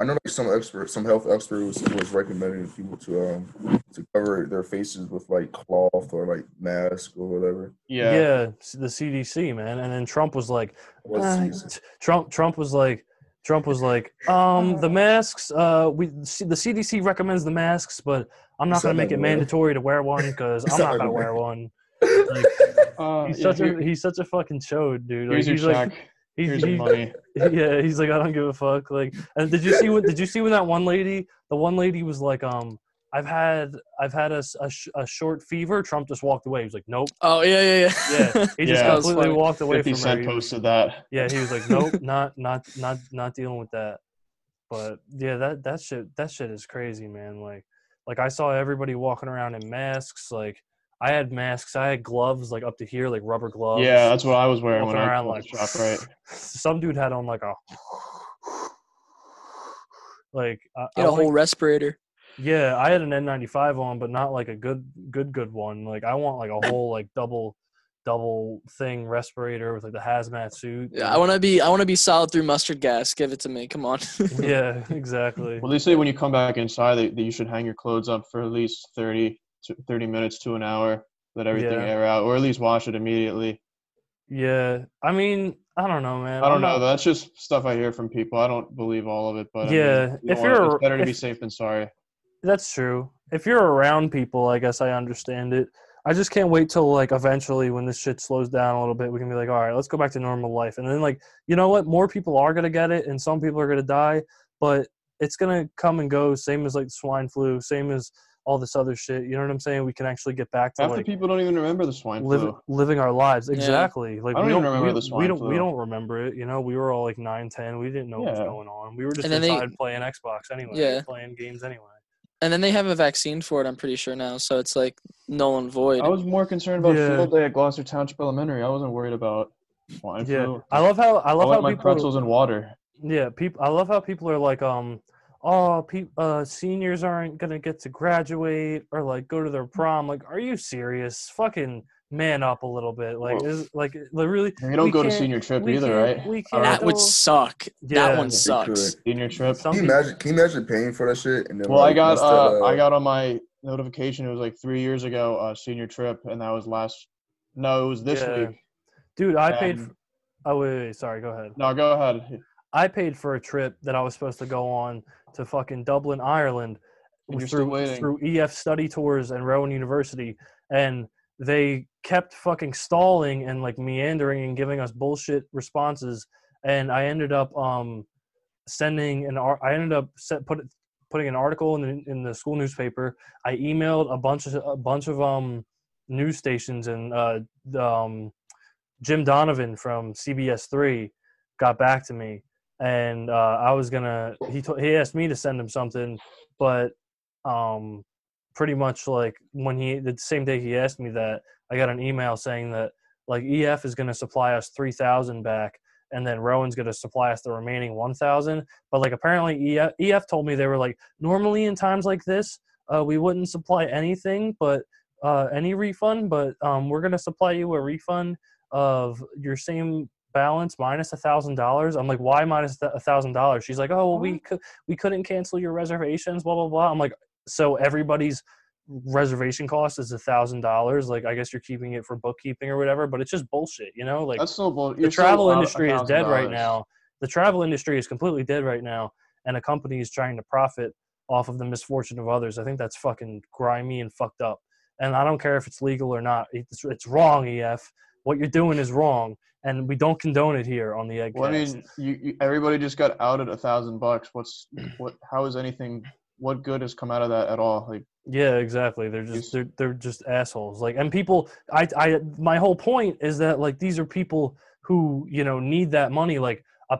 I know like some expert, some health expert was, was recommending people to um to cover their faces with like cloth or like mask or whatever. yeah, Yeah. s- the CDC man, and then Trump was like, What uh, season? t- Trump Trump was like, Trump was like, um, Oh. the masks. Uh, we C- the CDC recommends the masks, but I'm not He's not gonna make it gonna wear it. mandatory to wear one *laughs* because He's I'm not not gonna gonna wear wear one. *laughs* Uh, He's yeah, such here- a he's such a fucking chode, dude. Like, here's your he's like check. he- here's your he- money. *laughs* yeah, he's like I don't give a fuck. Like, and did you see what did you see when that one lady? The one lady was like, um. I've had I've had a, s- a sh- a short fever. Trump just walked away. He was like, nope. Oh yeah, yeah, yeah. Yeah, he just Yeah. That was completely funny. walked away Fifty from her. Cent He was- posted that. yeah, he was like, nope, not not not not dealing with that. But yeah, that that shit that shit is crazy, man. Like like I saw everybody walking around in masks. Like I had masks, I had gloves like up to here, like rubber gloves. Yeah, that's what I was wearing walking when I around was like shop right. *laughs* Some dude had on like a like I, Get I a don't like- whole respirator. yeah, I had an N95 on, but not like a good, good, good one. Like I want like a whole like double, double thing respirator with like the hazmat suit. Yeah, I want to be. I want to be solid through mustard gas. Give it to me. Come on. *laughs* Yeah, *laughs* *laughs* exactly. Well, they say when you come back inside that, that you should hang your clothes up for at least 30, to 30 minutes to an hour. Let everything Yeah. air out, or at least wash it immediately. Yeah, I mean, I don't know, man. I I'm don't not- know. That's just stuff I hear from people. I don't believe all of it, but I mean, Yeah, you if don't wanna- you're- it's better to be if- safe than sorry. That's true. If you're around people, I guess I understand it. I just can't wait till like eventually when this shit slows down a little bit, we can be like, all right, let's go back to normal life. And then like, you know what? More people are gonna get it, and some people are gonna die, but it's gonna come and go. Same as like swine flu, same as all this other shit. You know what I'm saying? We can actually get back to Half the like people don't even remember the swine living flu. living our lives. Exactly. Like I don't we even don't remember we, the we swine don't we flu. don't remember it. You know, we were all like nine, ten. We didn't know what was Yeah. going on. We were just And then they- inside playing Xbox anyway, Yeah. playing games anyway. and then they have a vaccine for it. I'm pretty sure now. So it's like null and void. I was more concerned about Yeah. field day at Gloucester Township Elementary. I wasn't worried about swine Yeah, flu. I love how I I love like how my people. pretzels and water. Yeah, people. I love how people are like, um, oh, pe- uh, seniors aren't gonna get to graduate or like go to their Mm-hmm. prom. Like, are you serious? Fucking man up a little bit. Like, Whoa. is like, like really? You don't we go to can't- senior trip we either, can't- right? we Or can't- That would Well, suck. yeah. that one It sucks. could. senior trip. Some Can you people- imagine? Can you imagine paying for that shit? And then Well, I like, got once that, uh, I got on my notification. It was like three years ago, uh, senior trip, and that was last. No, it was this Yeah. week. dude, I paid. And- f- oh wait, wait, wait, sorry. Go ahead. No, go ahead. I paid for a trip that I was supposed to go on to fucking Dublin, Ireland, And you're still through waiting. through EF Study Tours and Rowan University, and they kept fucking stalling and like meandering and giving us bullshit responses, and I ended up um sending an ar- I ended up set, put putting an article in the in the school newspaper. I emailed a bunch of a bunch of um news stations and uh um Jim Donovan from CBS three got back to me and uh, I was gonna. He to, he asked me to send him something, but um, pretty much like when he the same day he asked me that, I got an email saying that like EF is gonna supply us three thousand back, and then Rowan's gonna supply us the remaining one thousand. But like apparently E EF, EF told me they were like normally in times like this, uh, we wouldn't supply anything, but uh, any refund, but um, we're gonna supply you a refund of your same balance minus a thousand dollars. I'm like, why minus th- a thousand dollars? She's like, oh, well, we Uh-huh. could we couldn't cancel your reservations, blah blah blah. I'm like, so everybody's reservation cost is a thousand dollars. Like, I guess you're keeping it for bookkeeping or whatever, but it's just bullshit, you know? Like, That's still bull- the you're still travel out a industry is thousand dead right dollars. now. The travel industry is completely dead right now, and a company is trying to profit off of the misfortune of others. I think that's fucking grimy and fucked up. And I don't care if it's legal or not. It's, it's wrong, EF. What you're doing is wrong, and we don't condone it here on the Eggcast. Well, I mean, you, you, everybody just got outed a thousand bucks. What's what? How is anything? What good has come out of that at all? Like, Yeah, exactly. They're Yes. just they're they're just assholes. Like, and people, I I my whole point is that like these are people who you know need that money. Like, uh,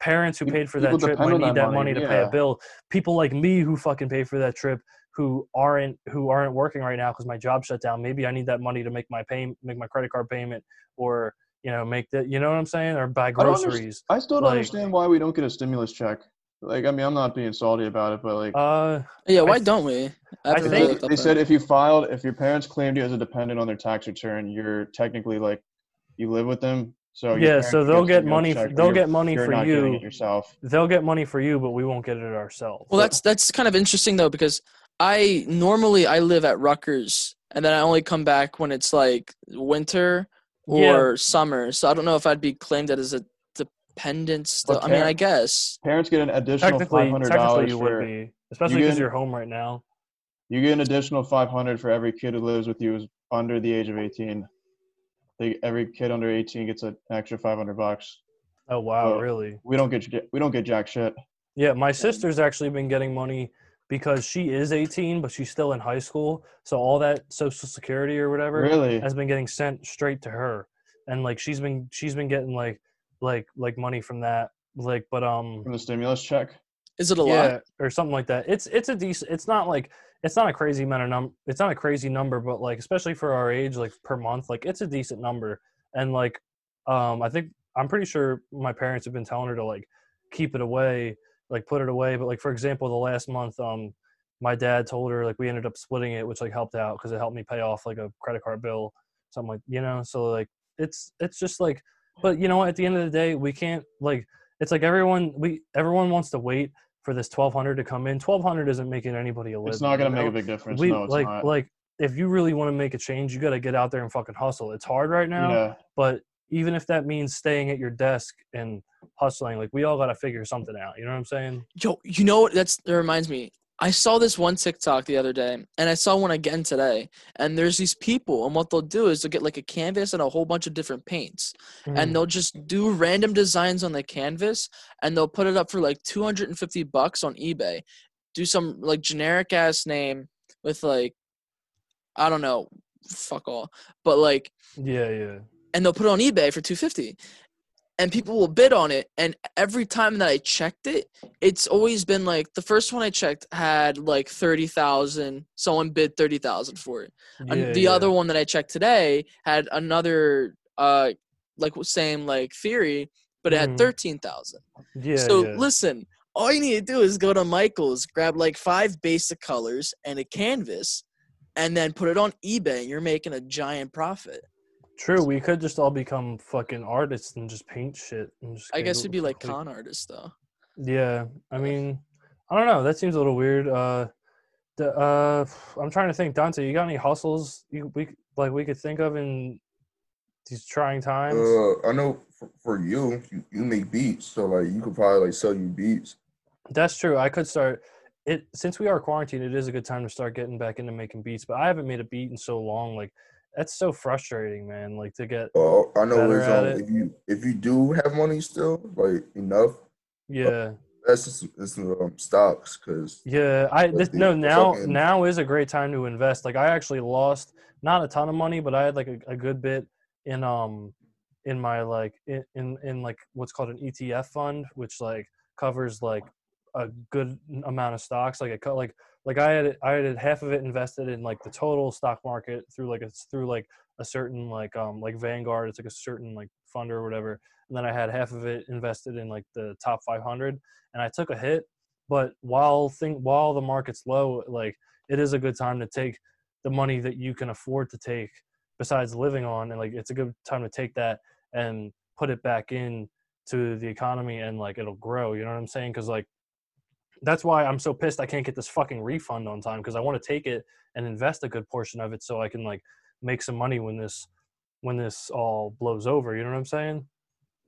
parents who Pe- paid for that people trip depend might on need that that money, money, to pay a yeah. bill. People like me who fucking pay for that trip who aren't who aren't working right now because my job shut down. Maybe I need that money to make my pay make my credit card payment or you know make that you know what I'm saying or buy don't underst- groceries. I still don't Like- understand why we don't get a stimulus check. Like, I mean, I'm not being salty about it, but like, Uh, Yeah, why th- don't we? I I haven't think- really they, looked up they that. said if you filed, if your parents claimed you as a dependent on their tax return, you're technically like, you live with them. So your yeah, parents so can a they'll get stimulus money. check, f but they'll you're- get money you're for not getting it you. yourself. They'll get money for you, but we won't get it ourselves. Well, that's that's kind of interesting though because I normally I live at Rutgers and then I only come back when it's like winter Yeah. or summer. So I don't know if I'd be claimed that as a dependent. Still, But I mean, I parent- guess. Parents get an additional five technically, hundred technically dollars you would for be, especially you because get- you're home right now. you get an additional five hundred for every kid who lives with you who's under the age of eighteen. They, every kid under eighteen gets an extra five hundred bucks. Oh wow, Well- really? We don't get we don't get jack shit. Yeah, my sister's actually been getting money because she is 18, but she's still in high school. So all that social security or whatever Really? has been getting sent straight to her, and like she's been she's been getting like like like money from that like but um From the stimulus check? Is it a lot? or something like that. It's it's a decent. It's not like it's not a crazy amount of num. It's not a crazy number, but like especially for our age, like per month, like it's a decent number. And like, um, I think I'm pretty sure my parents have been telling her to like keep it away, like put it away. But like for example, the last month, um, my dad told her like we ended up splitting it, which like helped out because it helped me pay off like a credit card bill, something like you know. So like it's it's just like, but you know what? At the end of the day, we can't like. It's like everyone we everyone wants to wait for this 1200 to come in 1200 isn't making anybody a living It's not gonna you make a know? big difference. we, no, it's like not. like if you really want to make a change you got to get out there and fucking hustle it's hard right now yeah. but even if that means staying at your desk and hustling like we all got to figure something out you know what i'm saying Yo, you know what? That's that reminds me. I saw this one TikTok the other day, and I saw one again today. And there's these people, and what they'll do is they'll get like a canvas and a whole bunch of different paints, and they'll just do random designs on the canvas and they'll put it up for like 250 bucks on ebay do some like generic ass name with like i don't know fuck all but like yeah yeah and they'll put it on ebay for 250 and people will bid on it and every time that i checked it it's always been like the first one i checked had like 30000 someone bid 30000 for it An- Yeah, the yeah. other one that I checked today had another uh like w- same like theory but it Mhm. had 13,000. Yeah. so yeah. listen, all you need to do is go to Michael's, grab like five basic colors and a canvas, and then put it on eBay, and you're making a giant profit. True, we could just all become fucking artists and just paint shit. And just I get guess it it'd be like complete. con artists, though. Yeah, I mean, I don't know. That seems a little weird. Uh, the, uh, I'm trying to think, Dante. You got any hustles you we c- like we could think of in these trying times? Uh, I know for, for you, you, you make beats, so like you could probably like sell you beats. That's true. I could start it since we are quarantined. It is a good time to start getting back into making beats. But I haven't made a beat in so long. Like that's so frustrating, man. Like to get Uh, I know Better it's, at um, it. if you if you do have money still, like enough, yeah. that's just it's um, stocks because Yeah, I But this, the no now fucking- now is a great time to invest. Like I actually lost not a ton of money, but I had like a, a good bit in um in my like in, in in like what's called an ETF fund, which like covers like a good n- amount of stocks. Like I cut like like I had I had half of it invested in like the total stock market through like it's through like a certain like um like Vanguard. It's like a certain like fund or whatever. And then I had half of it invested in like the top 500, and I took a hit but while think while the market's low like it is a good time to take the money that you can afford to take besides living on and like it's a good time to take that and put it back in to the economy and like it'll grow you know what i'm saying because like that's why i'm so pissed i can't get this fucking refund on time because i want to take it and invest a good portion of it so i can like make some money when this when this all blows over you know what i'm saying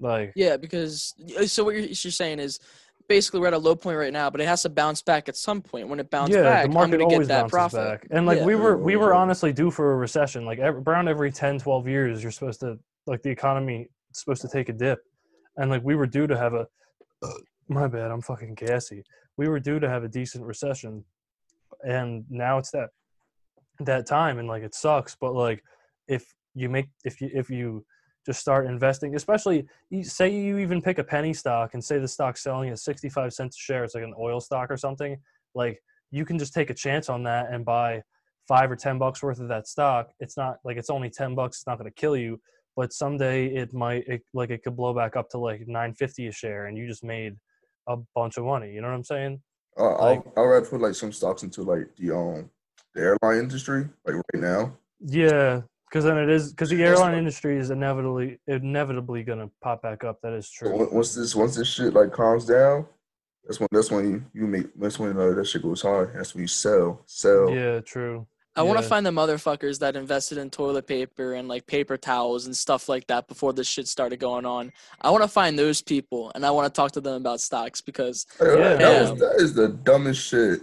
like Yeah, because so what you're, you're saying is basically we're at a low point right now, but it has to bounce back at some point. When it bounces back, I'm gonna get that bounces profit. And like Yeah. we were, Yeah, we were yeah. honestly due for a recession. Like every, around every 10, 12 years, you're supposed to like the economy is supposed to take a dip, and like we were due to have a. *clears throat* My bad, I'm fucking gassy. We were due to have a decent recession, and now it's that that time, and like it sucks. But like, if you make if you if you just start investing, especially you- say you even pick a penny stock and say the stock's selling at 65 cents a share, it's like an oil stock or something. Like you can just take a chance on that and buy five or 10 bucks worth of that stock. It's not like it's only 10 bucks. It's not going to kill you, but someday it might it, like it could blow back up to like 950 a share and you just made a bunch of money. You know what I'm saying? I I'll, Like- I'll rather put like some stocks into like the um the airline industry like right now. Yeah. Cause then it is because the That's airline what- industry is inevitably inevitably gonna pop back up. That is So true. on- once this once this shit like calms down, that's when that's when you, you make that's when uh, that shit goes high. That's when you sell sell. Yeah, true. I want to Yeah. find the motherfuckers that invested in toilet paper and like paper towels and stuff like that before this shit started going on. I want to find those people and I want to talk to them about stocks because um, Like, Yeah. That, was, that is the dumbest shit.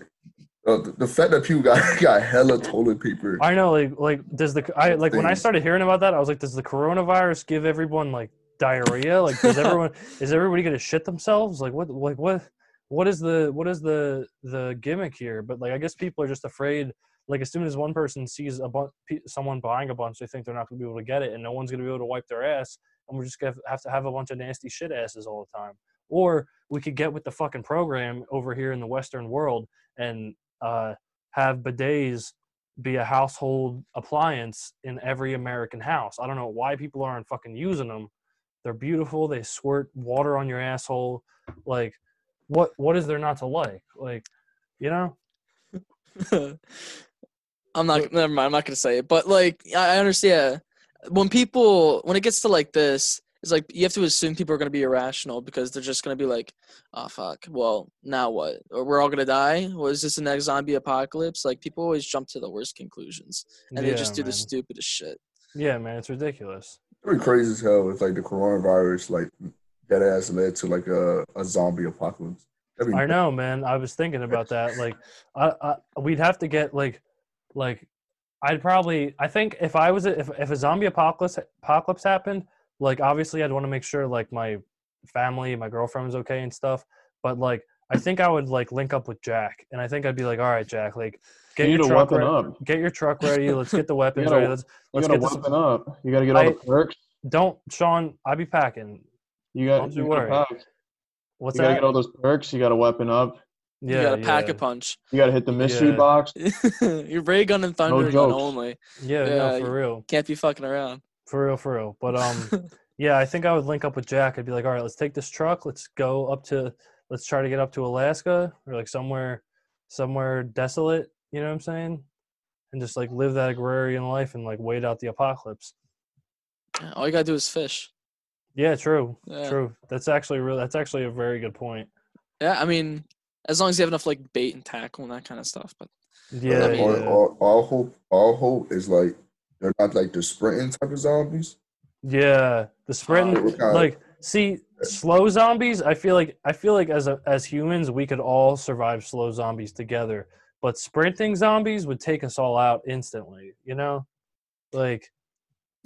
Uh, the, the fact that people got *laughs* got hella toilet paper. I know, like, like does the I like when I Things. started hearing about that, I was like, does the coronavirus give everyone like diarrhea? Like, *laughs* does everyone is everybody gonna shit themselves? Like, what, like what, what is the what is the the gimmick here? But like, I guess people are just afraid. Like, as soon as one person sees a bunch, someone buying a bunch, they think they're not gonna be able to get it, and no one's gonna be able to wipe their ass, and we're just gonna have to have a bunch of nasty shit asses all the time. Or we could get with the fucking program over here in the Western world and uh, have bidets be a household appliance in every American house. I don't know why people aren't fucking using them. They're beautiful. They squirt water on your asshole. Like, what what is there not to like? Like, you know? I'm not. Never mind. I'm not gonna say it. But like, I I understand. When people, when it gets to like this, it's like you have to assume people are gonna be irrational because they're just gonna be like, "Oh fuck, well now what? Or we're all gonna die? Or is this the next zombie apocalypse?" Like people always jump to the worst conclusions and they just do man. the stupidest shit. Yeah, man, it's ridiculous. It'd be crazy as hell if like the coronavirus like that ass led to like a, a zombie apocalypse. That'd be I know, man. I was thinking about that. Like, I, I we'd have to get like, like, I'd probably. I think if I was a, if if a zombie apocalypse apocalypse happened, like obviously I'd want to make sure like my family, my girlfriend was okay and stuff. But like, I think I would like link up with Jack, and I think I'd be like, all right, Jack, like, get you your need to truck weapon ready. up. You Get your truck ready. Let's get *laughs* the weapons gotta- ready. Let's let's gotta get this. weapon up. You gotta get all I- the perks. Don't, Sean. I be packing. You got. Don't you you worry. gotta pack. You What's gotta that? get all those perks. You gotta weapon up. yeah, you gotta pack yeah. a punch. You gotta hit the mystery *laughs* Yeah. box. Your ray gun and thunder gun jokes. only. Yeah, Yeah, no, for you- real, Can't be fucking around. for real, for real. But um. Yeah, I think I would link up with Jack. I'd be like, all right, let's take this truck. Let's go up to, let's try to get up to Alaska or like somewhere, somewhere desolate. You know what I'm saying? And just like live that agrarian life and like wait out the apocalypse. Yeah, All you gotta do is fish. Yeah, true, Yeah. true. That's actually real. That's actually a very good point. Yeah, I mean, as long as you have enough like bait and tackle and that kind of stuff. But Yeah, mean- all, yeah. all, all hope, all hope is like they're not like the sprinting type of zombies. Yeah, the sprint They were kinda- like see slow zombies. I feel like I feel like as a, as humans we could all survive slow zombies together, but sprinting zombies would take us all out instantly. You know, like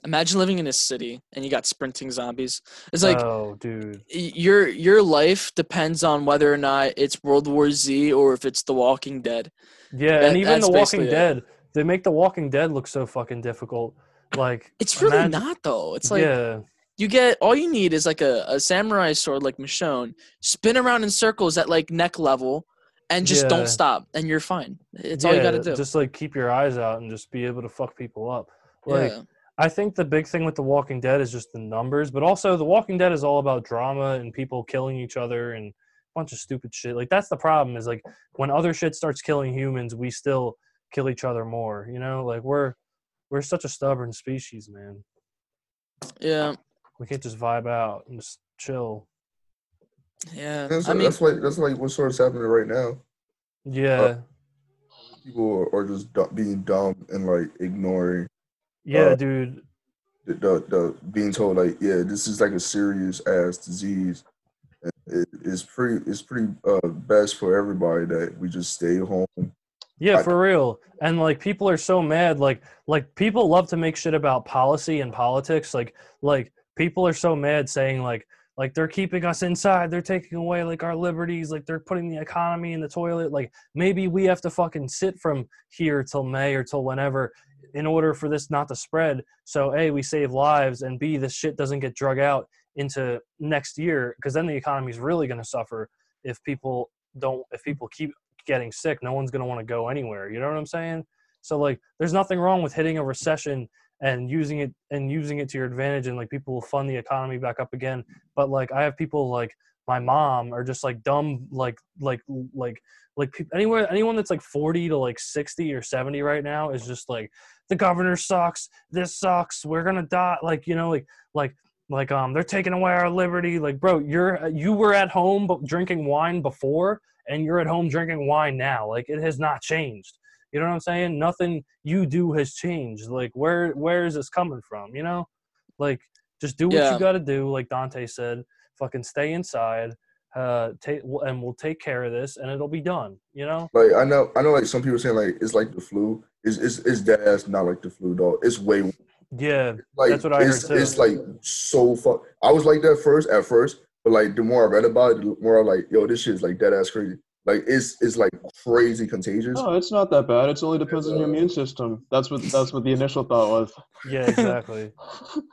imagine living in a city and you got sprinting zombies. It's like oh dude, y- your your life depends on whether or not it's World War Z or if it's The Walking Dead. yeah, that- and even that's The Walking basically it. Dead, they make The Walking Dead look so fucking difficult. Like It's really imagine- not though. It's like yeah, you get all you need is like a, a samurai sword like Michonne, spin around in circles at like neck level and just Yeah. don't stop and you're fine. It's all you gotta yeah, do. Just like keep your eyes out and just be able to fuck people up. Like yeah. I think the big thing with The Walking Dead is just the numbers, but also The Walking Dead is all about drama and people killing each other and a bunch of stupid shit. Like that's the problem is like when other shit starts killing humans, we still kill each other more. You know, like we're we're such a stubborn species, man. yeah. We can't just vibe out and just chill. Yeah. That's, I mean that's like that's like what's sort of happening right now. Yeah, People are, are just du- being dumb and like ignoring yeah, uh, dude. the, the, the being told like yeah this is like a serious ass disease And it, it's pretty it's pretty uh, best for everybody that we just stay home Yeah, I- for real. And like people are so mad. Like like people love to make shit about policy and politics. Like like people are so mad saying like like they're keeping us inside. They're taking away like our liberties. Like they're putting the economy in the toilet. Like maybe we have to fucking sit from here till May or till whenever in order for this not to spread. So a we save lives and b this shit doesn't get drug out into next year because then the economy's really going to suffer if people don't if people keep getting sick, no one's going to want to go anywhere. You know what I'm saying? So like, there's nothing wrong with hitting a recession and using it and using it to your advantage, and like people will fund the economy back up again. But like, I have people like my mom are just like dumb, like like like like peop anywhere anyone that's like 40 to like 60 or 70 right now is just like the governor sucks. This sucks. We're gonna die. Like you know, like like. Like um, they're taking away our liberty. Like, bro, you're you were at home but drinking wine before and you're at home drinking wine now. Like it has not changed. You know what I'm saying? Nothing you do has changed. Like where where is this coming from? You know, like just do what Yeah. you got to do. Like Dante said, fucking stay inside. Uh, take and we'll take care of this, and it'll be done. You know? like i know i know like some people saying like it's like the flu it's it's, it's dead ass not like the flu dog it's way like Yeah, That's what I heard, it's, too. it's like so fuck i was like that first at first but like the more i read about it the more i'm like yo this shit is like dead ass crazy like it's it's like crazy contagious No, it's not that bad. It's only depends on your immune system. That's what that's what the initial thought yeah, *laughs* exactly. was.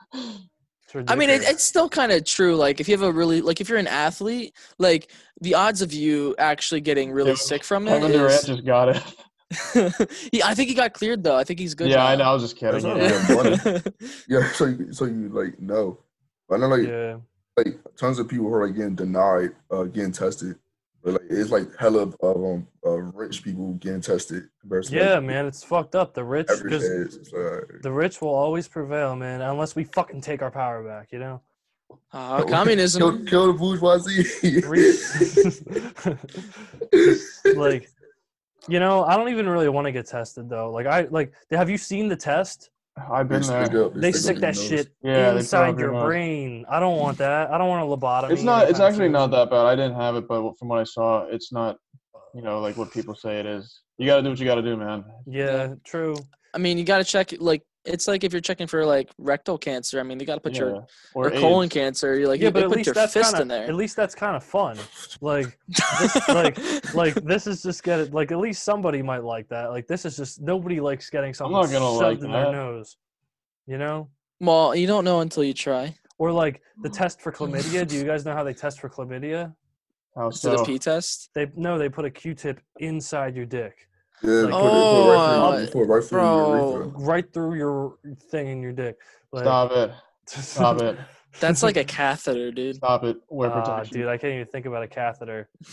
It's I mean, it, ridiculous. it's still kind of true. Like, if you have a really, like, if you're an athlete, like, the odds of you actually getting really Yeah, sick from it Kevin Durant is. just got it. he, I think he got cleared though. I think he's good. yeah, now. I know. I was just kidding. That's not Yeah. real. *laughs* yeah so you, so you like know i know like yeah. like tons of people who are like getting denied uh, getting tested. But like it's like hella of um uh, rich people getting tested compared to like, yeah, man, it's fucked up. The rich, average because heads. It's like, the rich will always prevail, man, unless we fucking take our power back. You know? Ah, Yo, kill, communism. kill the bourgeoisie. Re- *laughs* like you know i don't even really want to get tested though like i like have you seen the test I've been They stick there. up- they stick stick up that your nose. shit Yeah, they inside probably your not. brain i don't want that i don't want a lobotomy It's not. It's anytime actually not soon. that bad. I didn't have it, but from what I saw, it's not. You know, like what people say it is. You got to do what you got to do, man. yeah true I mean, you got to check. Like, it's like if you're checking for like rectal cancer. I mean, they got to put Yeah. your or or AIDS. colon cancer. You're like, yeah they but at put least your that's fist kind in of there. at least that's kind of fun like *laughs* this- like- like this is just get it like at least somebody might like that like this is just nobody likes getting something not gonna shoved like in their that. nose you know well, you don't know until you try. or like the test for chlamydia do you guys know how they test for chlamydia How Instead of so? P test, They no, they put a Q-tip inside your dick, Yeah, Like- put it- put it Oh, right through- put it right through your bro. urethra. right through your thing in your dick. Like, Stop it. Stop it. *laughs* That's like a catheter, dude. Stop it. Wear Ah, protection. dude, I can't even think about a catheter. *laughs*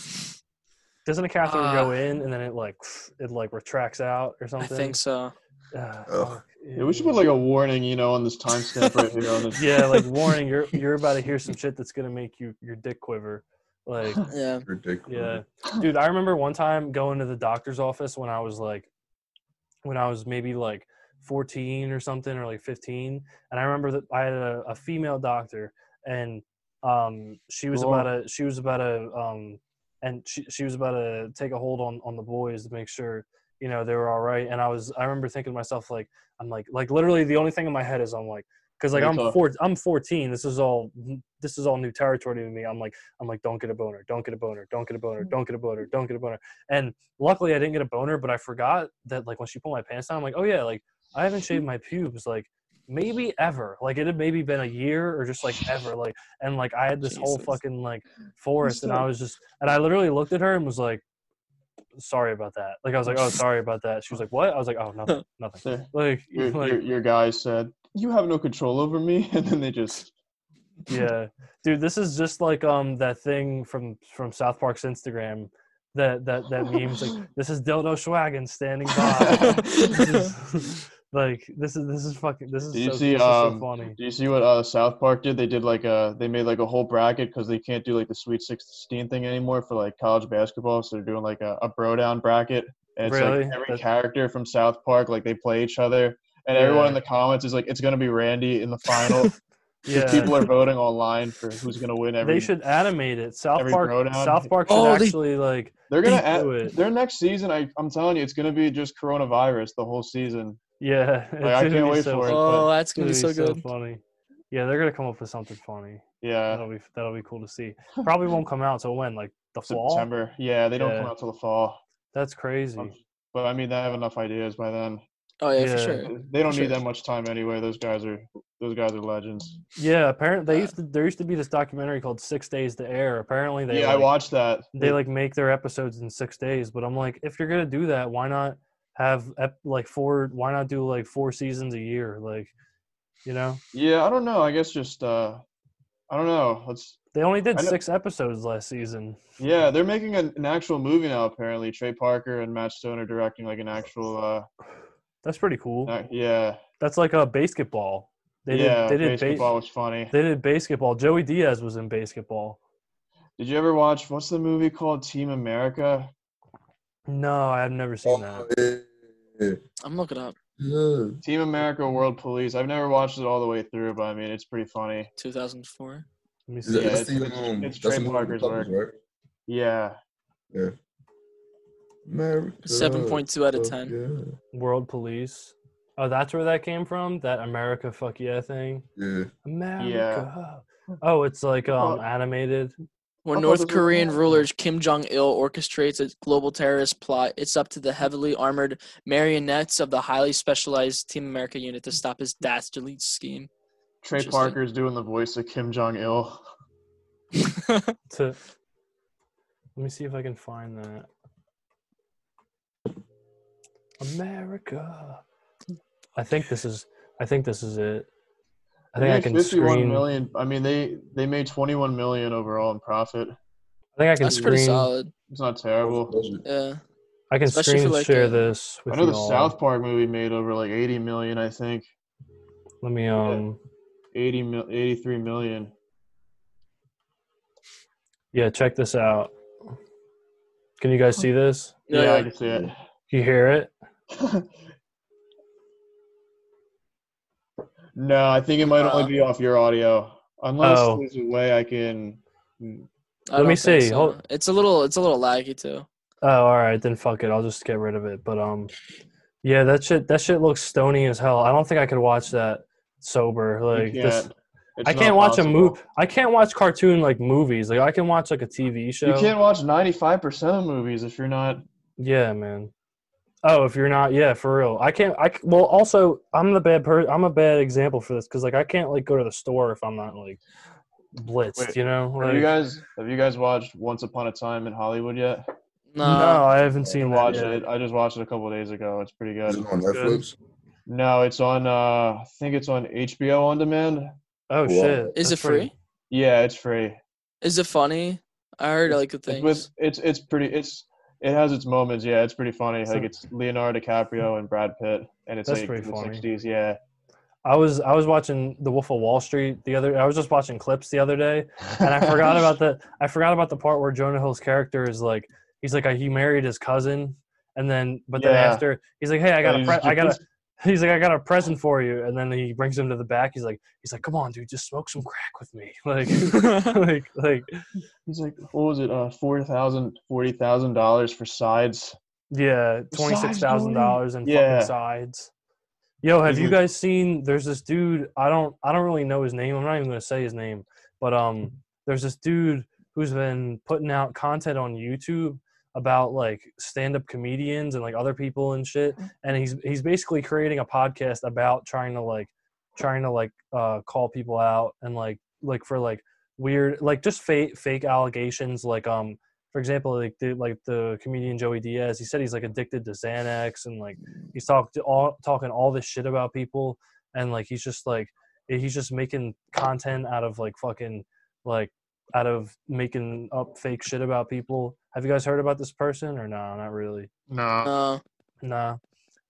Doesn't a catheter Ah. go in and then it like *sniffs* it like retracts out or I something? think so. Ah, Ugh. fuck, yeah, we should put ew. like a *laughs* warning, you know, on this timestamp right here. On *laughs* this. yeah, like *laughs* warning. You're you're about to hear some shit that's gonna make you your dick quiver. Like *laughs* Yeah. Ridiculous. yeah, dude. I remember one time going to the doctor's office when I was like, when I was maybe like 14 or something or like 15, and I remember that I had a, a female doctor, and um, she was Cool. about a she was about a um, and she she was about to take a hold on on the boys to make sure you know they were all right. And I was I remember thinking to myself like I'm like like literally the only thing in my head is I'm like because like Me I'm too. four I'm 14. This is all this is all new territory to me. I'm like. I'm like, don't get a boner, don't get a boner, don't get a boner, don't get a boner, don't get a boner. And luckily, I didn't get a boner, but I forgot that like when she pulled my pants down, I'm like, oh yeah, like I haven't shaved my pubes like maybe ever. Like it had maybe been a year or just like ever. Like and like I had this whole Jesus. fucking like forest, and I still- was just and I literally looked at her and was like, sorry about that. Like I was like, oh sorry about that. She was like, what? I was like, oh nothing, nothing. There. Like Your, your, like your guy said, You have no control over me. *laughs* And then they just. yeah dude this is just like um that thing from from south park's instagram that that that memes *gasps* like this is dildo schwaggin standing by This *laughs* is- like this is this is fucking this is, Did you so, see, this is so um, funny Do you see what uh, South Park did? They did like a they made like a whole bracket because they can't do like the Sweet Sixteen thing anymore for like college basketball. So they're doing like a, a bro down bracket, and it's Really? like every That- character from South Park like they play each other, and everyone Yeah. in the comments is like it's gonna be Randy in *laughs* the final. yeah People are voting online for who's gonna win every. they should animate it south every park throwdown. south park should Oh, they- actually like they're gonna they do add, it. their next season. I I'm telling you, it's gonna be just coronavirus the whole season. yeah *laughs* it's I gonna can't be wait so for it. fun- oh, that's gonna be it's so gonna good. funny yeah they're gonna come up with something funny Yeah, that'll be that'll be cool to see probably won't come out till when like the fall September. Yeah, they don't Yeah. come out till the fall. that's crazy Um, But I mean, they have enough ideas by then. Oh yeah, Yeah. for sure. They don't Sure. need that much time anyway. Those guys are those guys are legends. Yeah, apparently Uh, they used to, there used to be this documentary called Six Days to Air. Apparently they yeah, I like, watched that. they like make their episodes in six days. But I'm like, if you're gonna do that, why not have ep- like four? Why not do like four seasons a year? Like, you know, yeah, I don't know. I guess just uh I don't know. Let's they only did I know- six episodes last season. yeah, they're making an, an actual movie now apparently. Trey Parker and Matt Stone are directing like an actual uh That's pretty cool. uh, yeah. That's like a basketball. They yeah, did they did basketball basketball. was funny. they did basketball. Joey Diaz was in basketball. Did you ever watch what's the movie called Team America? No, I've never seen that. yeah. I'm looking up. Yeah. Team America World Police. I've never watched it all the way through, but I mean it's pretty funny. 2004. Let me Is see. that, Yeah, that's it's- the, it's- um, it's that's Trey the movie Parker's Couples, right? Yeah. America. 7.2 out of fuck 10. World Police. Oh, that's where that came from. That America fuck yeah thing. Yeah. yeah. America. Oh, it's like um Well- animated. When I thought North this was- Korean ruler Kim Jong Il orchestrates a global terrorist plot, it's up to the heavily armored marionettes of the highly specialized Team America unit to stop his dastardly scheme. Trey Interesting. Parker's doing the voice of Kim *laughs* Jong Il. To let me see if I can find that. America. I think this is. I think this is it. I think I made can 51 screen. million- I mean, they they made 21 million overall in profit. I think I can That's pretty screen. solid. It's not terrible. Budget. Yeah. I can Especially screen for, like, share uh, this with I know the y'all. South Park movie made over like 80 million, I think. Let me um. 80 mil, 83 million. Yeah, check this out. Can you guys see this? Yeah, Yeah, yeah. I can see it. You hear it? no, I think it might only be off your audio, unless Oh. there's a way I can. hmm. I Let me don't think see. Hold- It's a little. It's a little laggy too. Oh, all right, then fuck it. I'll just get rid of it. But um, yeah, that shit that shit looks stony as hell. I don't think I could watch that sober. You Like this, can't. It's I not can't watch a possible. movie. I can't watch cartoon like movies. Like I can watch like a TV show. You can't watch 95% of movies if you're not. Yeah, man. Oh, if you're not, yeah, for real. I can't. I c- well, also, I'm the bad per. I'm a bad example for this because like I can't like go to the store if I'm not like blitzed. Wait, you know. Have Like, you guys have you guys watched Once Upon a Time in Hollywood yet? No. no, I haven't You seen that watch yet. it. I just watched it a couple days ago. It's pretty Is good. it on Netflix? No, it's on. Uh, I think it's on HBO on demand. Oh Wow. shit! Is that's it free? Yeah, it's free. Is it funny? I heard like good It's things. with it's it's pretty it's it has its moments. Yeah, it's pretty funny. So- Like it's Leonardo DiCaprio and Brad Pitt, and it's That's like pretty in the funny. '60s. Yeah, I was I was watching The Wolf of Wall Street the other. I was just watching clips the other day, and I forgot about *laughs* the I forgot about the part where Jonah Hill's character is like he's like he married his cousin, and then but then Yeah. after he's like hey I got a He's pre- I got a just- *laughs* he's like I got a present for you, and then he brings him to the back. He's like he's like come on dude just smoke some crack with me *laughs* like *laughs* *laughs* *laughs* like like He's like, what was it? Uh, four thousand, forty thousand dollars for sides. yeah twenty six thousand dollars in Yeah. fucking sides. Yo, have He's you like- guys seen? There's this dude. I don't. I don't really know his name. I'm not even gonna say his name. But um, there's this dude who's been putting out content on YouTube about like stand-up comedians and like other people and shit. And he's he's basically creating a podcast about trying to like trying to like uh call people out and like like for like weird like just fake fake allegations like um for example like the like the comedian Joey Diaz he said he's like addicted to Xanax and like he's talked all talking all this shit about people and like he's just like he's just making content out of like fucking like out of making up fake shit about people. Have you guys heard about this person or no? Not really. Nah. Uh, Nah.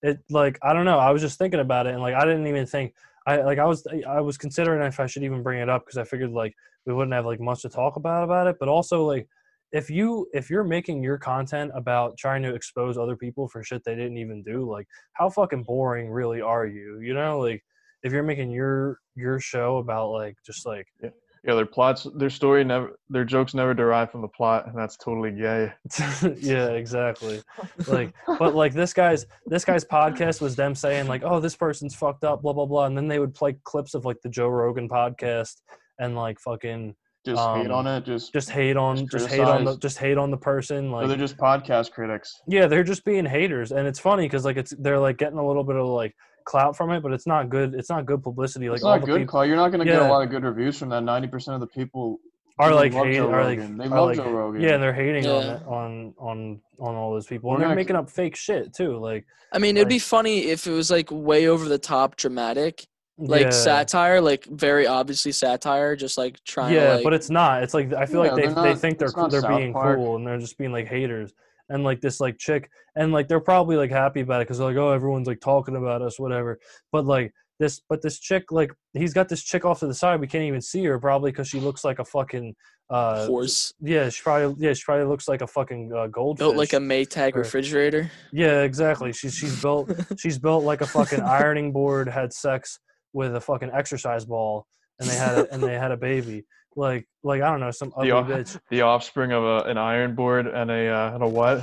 It like I don't know. I was just thinking about it and like I didn't even think I like I was I was considering if I should even bring it up because I figured like we wouldn't have like much to talk about about it. But also like if you if you're making your content about trying to expose other people for shit they didn't even do, like how fucking boring really are you? You know, like if you're making your your show about like just like Yeah, their plots, their story never, their jokes never derive from the plot, and that's totally gay. *laughs* *laughs* yeah, exactly. Like, but like this guy's this guy's podcast was them saying like, oh, this person's fucked up, blah blah blah, and then they would play clips of like the Joe Rogan podcast and like fucking Just hate Um, on it. Just, just hate on Just just hate on the criticize. just hate on the person. so they're Like, just podcast critics. yeah, they're just being haters, and it's funny because like it's they're like getting a little bit of like clout from it, but it's not good. It's not good publicity. Like it's all not the good, people Call. You're not gonna get Yeah. a lot of good reviews from that. Ninety percent of the people are who like love hate Joe are like Rogan. They are, love like, Joe Rogan. yeah, they're hating on Yeah. it on on on all those people, We're and they're not- making up fake shit too. Like I mean, it'd be Like- funny if it was like way over the top, dramatic, like yeah. satire, like very obviously satire, just like trying. yeah to, like, but it's not it's like i feel Yeah, like they, they're they not- think they're it's not they're South being Park. cool and they're just being like haters and like this like chick and like they're probably like happy about it because they're like oh everyone's like talking about us whatever but like this but this chick like he's got this chick off to the side we can't even see her probably because she looks like a fucking uh horse yeah she probably yeah she probably looks like a fucking uh, goldfish built like a Maytag or- refrigerator. yeah exactly she's she's built she's built like a fucking ironing board had sex with a fucking exercise ball and they had a, and they had a baby like like i don't know some ugly The, off- bitch the offspring of a, an iron board and a uh, and a what?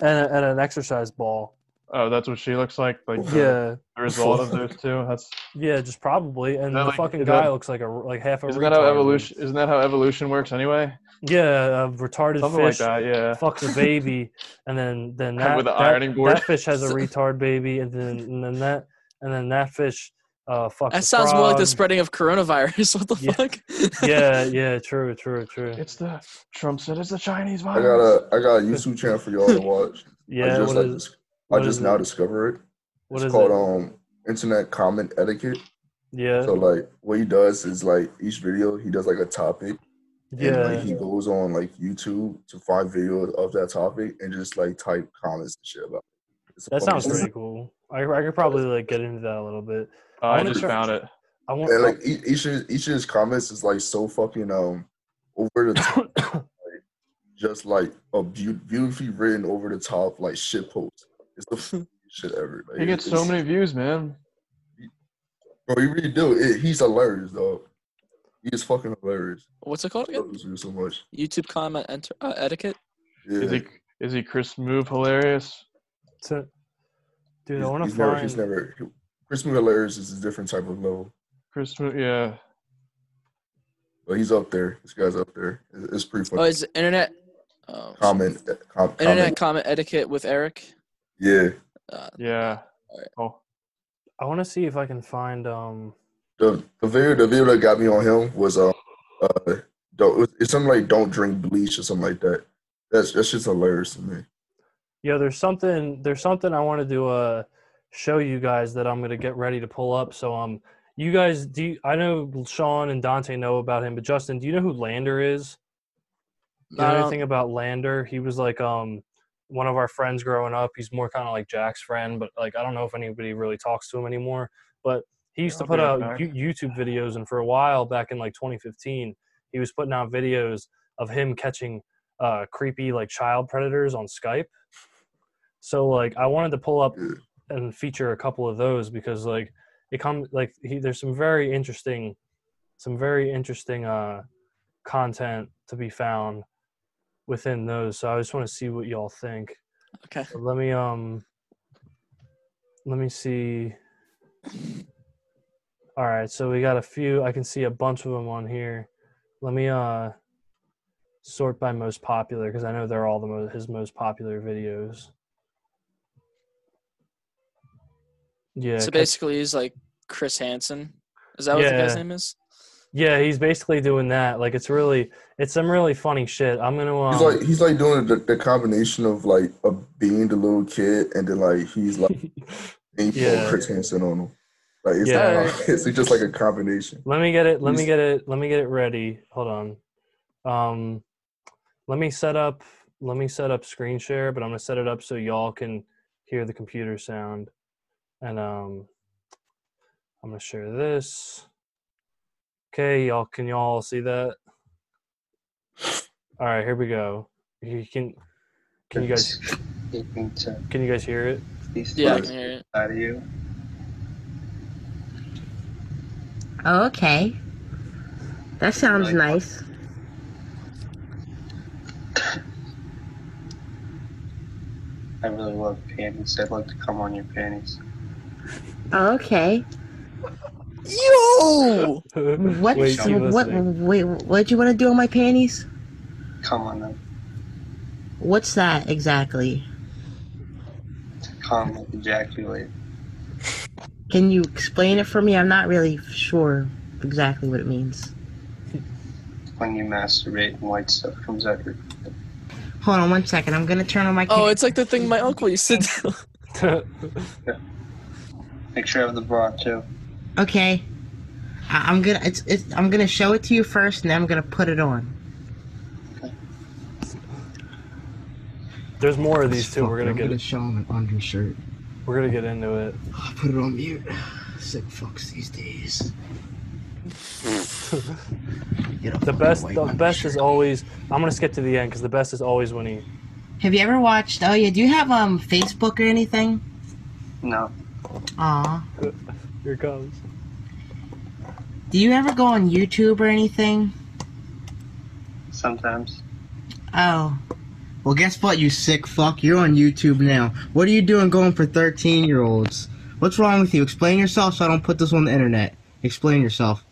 and, a, and an exercise ball. Oh, that's what she looks like. Like the, Yeah, the result *laughs* of those two. That's yeah, just probably. And that the like- fucking is guy that- looks like a like half a. isn't that how retard. evolution? Isn't that how evolution works anyway? Yeah, a retarded Something like fish that. Yeah. fucks a baby, and then then that *laughs* With the that- ironing board. that fish *laughs* has a retard baby, and then and then that and then that fish uh fucks. a That sounds more like the frog. spreading of coronavirus. *laughs* What the Yeah. fuck? Yeah, yeah, true, true, true. It's the Trump said it's the Chinese I virus. got a I got a YouTube channel for y'all *laughs* to watch. I Yeah, just, what is like, dis- I what just is now it? discovered it. what it's is called it? um internet comment etiquette. Yeah, So like what he does is like each video he does like a topic And like yeah. he goes on like YouTube to find videos of that topic and just like type comments and shit about it. It's a That funny sounds thing. pretty cool. I I could probably like get into that a little bit. I Uh, I wanna just try- found it. I want. And like e- each of his- each of his comments is like so fucking um over the top, *coughs* like, just like a beau- beautifully written over the top like shit post. It's *laughs* the funniest shit ever. Like, He gets so it's- many views, man. Bro, you really do. It, he's hilarious, dog. He is fucking hilarious. What's it called I love again? this dude so much. *laughs* YouTube comment enter, uh, etiquette. Yeah. Is he is he Chris Move hilarious? to, dude, he's, I want to he's find. never, he's never. he- Chris Move hilarious is a different type of level. Chris Move, yeah. But he's up there. This guy's up there. It's, it's pretty Oh, funny. is it internet? Oh, comment, eh, com- comment. internet comment etiquette with Eric. Yeah. Uh, Yeah. Alright. Oh. I want to see if I can find. Um, The the video the video that got me on him was uh, uh don't, it's something like don't drink bleach or something like that. That's that's just hilarious to me. yeah, there's something. There's something I wanted to uh show you guys that I'm gonna get ready to pull up. So um, you guys do you, I know Sean and Dante know about him, but Justin, do you know who Lander is? Do you I know don't- anything about Lander? He was like um one of our friends growing up. He's more kind of like Jack's friend, but like I don't know if anybody really talks to him anymore. But he used to I'll put be right out back. you YouTube videos, and for a while back in like 2015, he was putting out videos of him catching uh, creepy like child predators on Skype. So like I wanted to pull up Yeah. and feature a couple of those because like it comes like he, there's some very interesting, some very interesting uh content to be found within those. So I just want to see what y'all think. Okay. So let me um let me see. All right, so we got a few. I can see a bunch of them on here. Let me uh sort by most popular because I know they're all the mo- his most popular videos. Yeah. so catch- basically, he's like Chris Hansen. Is that what the guy's Yeah. name is? yeah, he's basically doing that. Like it's really it's some really funny shit. I'm going to um He's like he's like doing the, the combination of like a being the little kid and then like *laughs* he's like being Yeah. Chris Hansen on him. Like it's Yeah. not, *laughs* it's just like a combination. Let me get it. Let me He's- get it. Let me get it ready. Hold on. Um, let me set up. Let me set up screen share, but I'm gonna set it up so y'all can hear the computer sound. And um, I'm gonna share this. Okay, y'all. Can y'all see that? All right, here we go. You can. Can you guys? Speaking to Can you guys hear it? these Yeah, I things can hear it. out of you. Okay. That sounds Like- nice. I really love panties. I'd like to come on your panties. Okay. *laughs* Yo! What? Wait, she keep what? listening. Wait. What you want to do on my panties? Come on them. What's that exactly? Come like ejaculate. Can you explain it for me? I'm not really sure exactly what it means. When you masturbate and white stuff comes out your Hold on one second. I'm gonna turn on my. Oh, cam- it's like the thing my uncle used to do. *laughs* Make sure I have the bra too. *laughs* okay. I- I'm gonna. It's, it's. I'm gonna show it to you first, and then I'm gonna put it on. There's more of these too. We're gonna get. show him an undershirt. We're gonna get into it. I'll put it on mute. Sick fucks these days. The best, the best is always. I'm gonna skip to the end because the best is always when he. Have you ever watched? Oh yeah. Do you have um Facebook or anything? No. Aw. *laughs* Here it comes. Do you ever go on YouTube or anything? Sometimes. Oh. Well, guess what, you sick fuck? You're on YouTube now. What are you doing going for 13 year olds? What's wrong with you? Explain yourself so I don't put this on the internet. Explain yourself.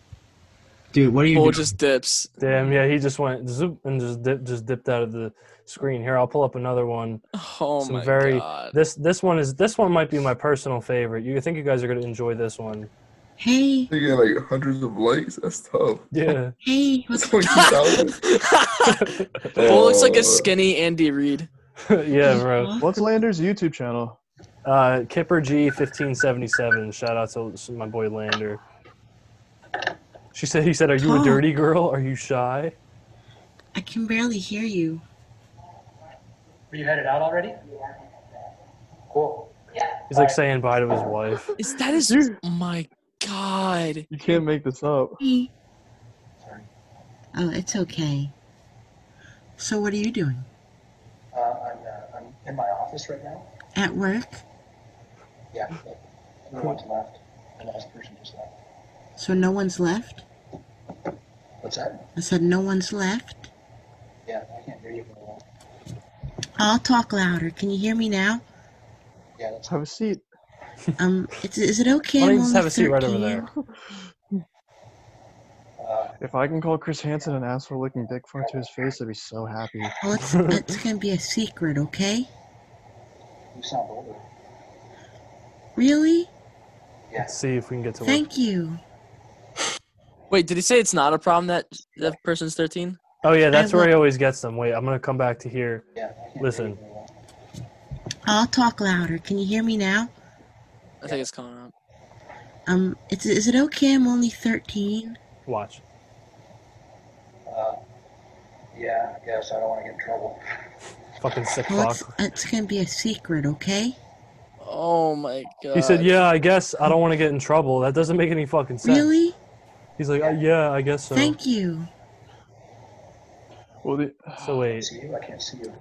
Dude, what are you Bull doing? just dips. Damn. Yeah, he just went zoop and just dip, just dipped out of the screen. Here, I'll pull up another one. Oh Some my very- god. This this one is this one might be my personal favorite. You I think you guys are gonna enjoy this one? Hey, He got like hundreds of likes. That's tough. Yeah. hey, what's It's like 2,000. *laughs* *laughs* Bull looks like Uh, a skinny Andy Reid. *laughs* yeah, bro. What's Lander's YouTube channel? Uh, Kipper G fifteen seventy seven. Shout out to my boy Lander. She said. He said, "Are you a Tom. dirty girl? Are you shy?" Oh. I can barely hear you. Were you headed out already? Cool. He's like saying bye to his wife. Is that his? Oh my god. You can't make this up. Hey. Oh, it's okay. So, what are you doing? Uh, I'm, uh, I'm in my office right now. At work? Yeah. Hmm. Everyone's left. The last person just left. So, no one's left? What's that? I said, no one's left? Yeah, I can't hear you very well. I'll talk louder. Can you hear me now? Yeah, that's Have a seat. *laughs* Um, it's, is it okay? Why I'm don't you just only have a seat right over 13? there? uh, If I can call Chris Hansen an asshole licking dick fart to his face, I'd be so happy. *laughs* Well, it's, it's gonna be a secret, okay? you sound older. Really? Yeah. Let's see if we can get to one. Thank you. Wait, did he say it's not a problem that that person's 13? Oh yeah, that's where will- he always gets them. Wait, I'm gonna come back to here. Yeah. I can't hear you Listen. very well. I'll talk louder. Can you hear me now? I think it's coming up. Um, it's, is it okay? I'm only 13. Watch. Uh, yeah, I guess I don't want to get in trouble. Fucking sick Well, fuck. it's, it's gonna be a secret, okay? Oh my god. He said, "Yeah, I guess I don't want to get in trouble. That doesn't make any fucking sense." Really? He's like, uh, "Yeah, I guess so." Thank you. Well, the, So I wait, see you. I can't see you.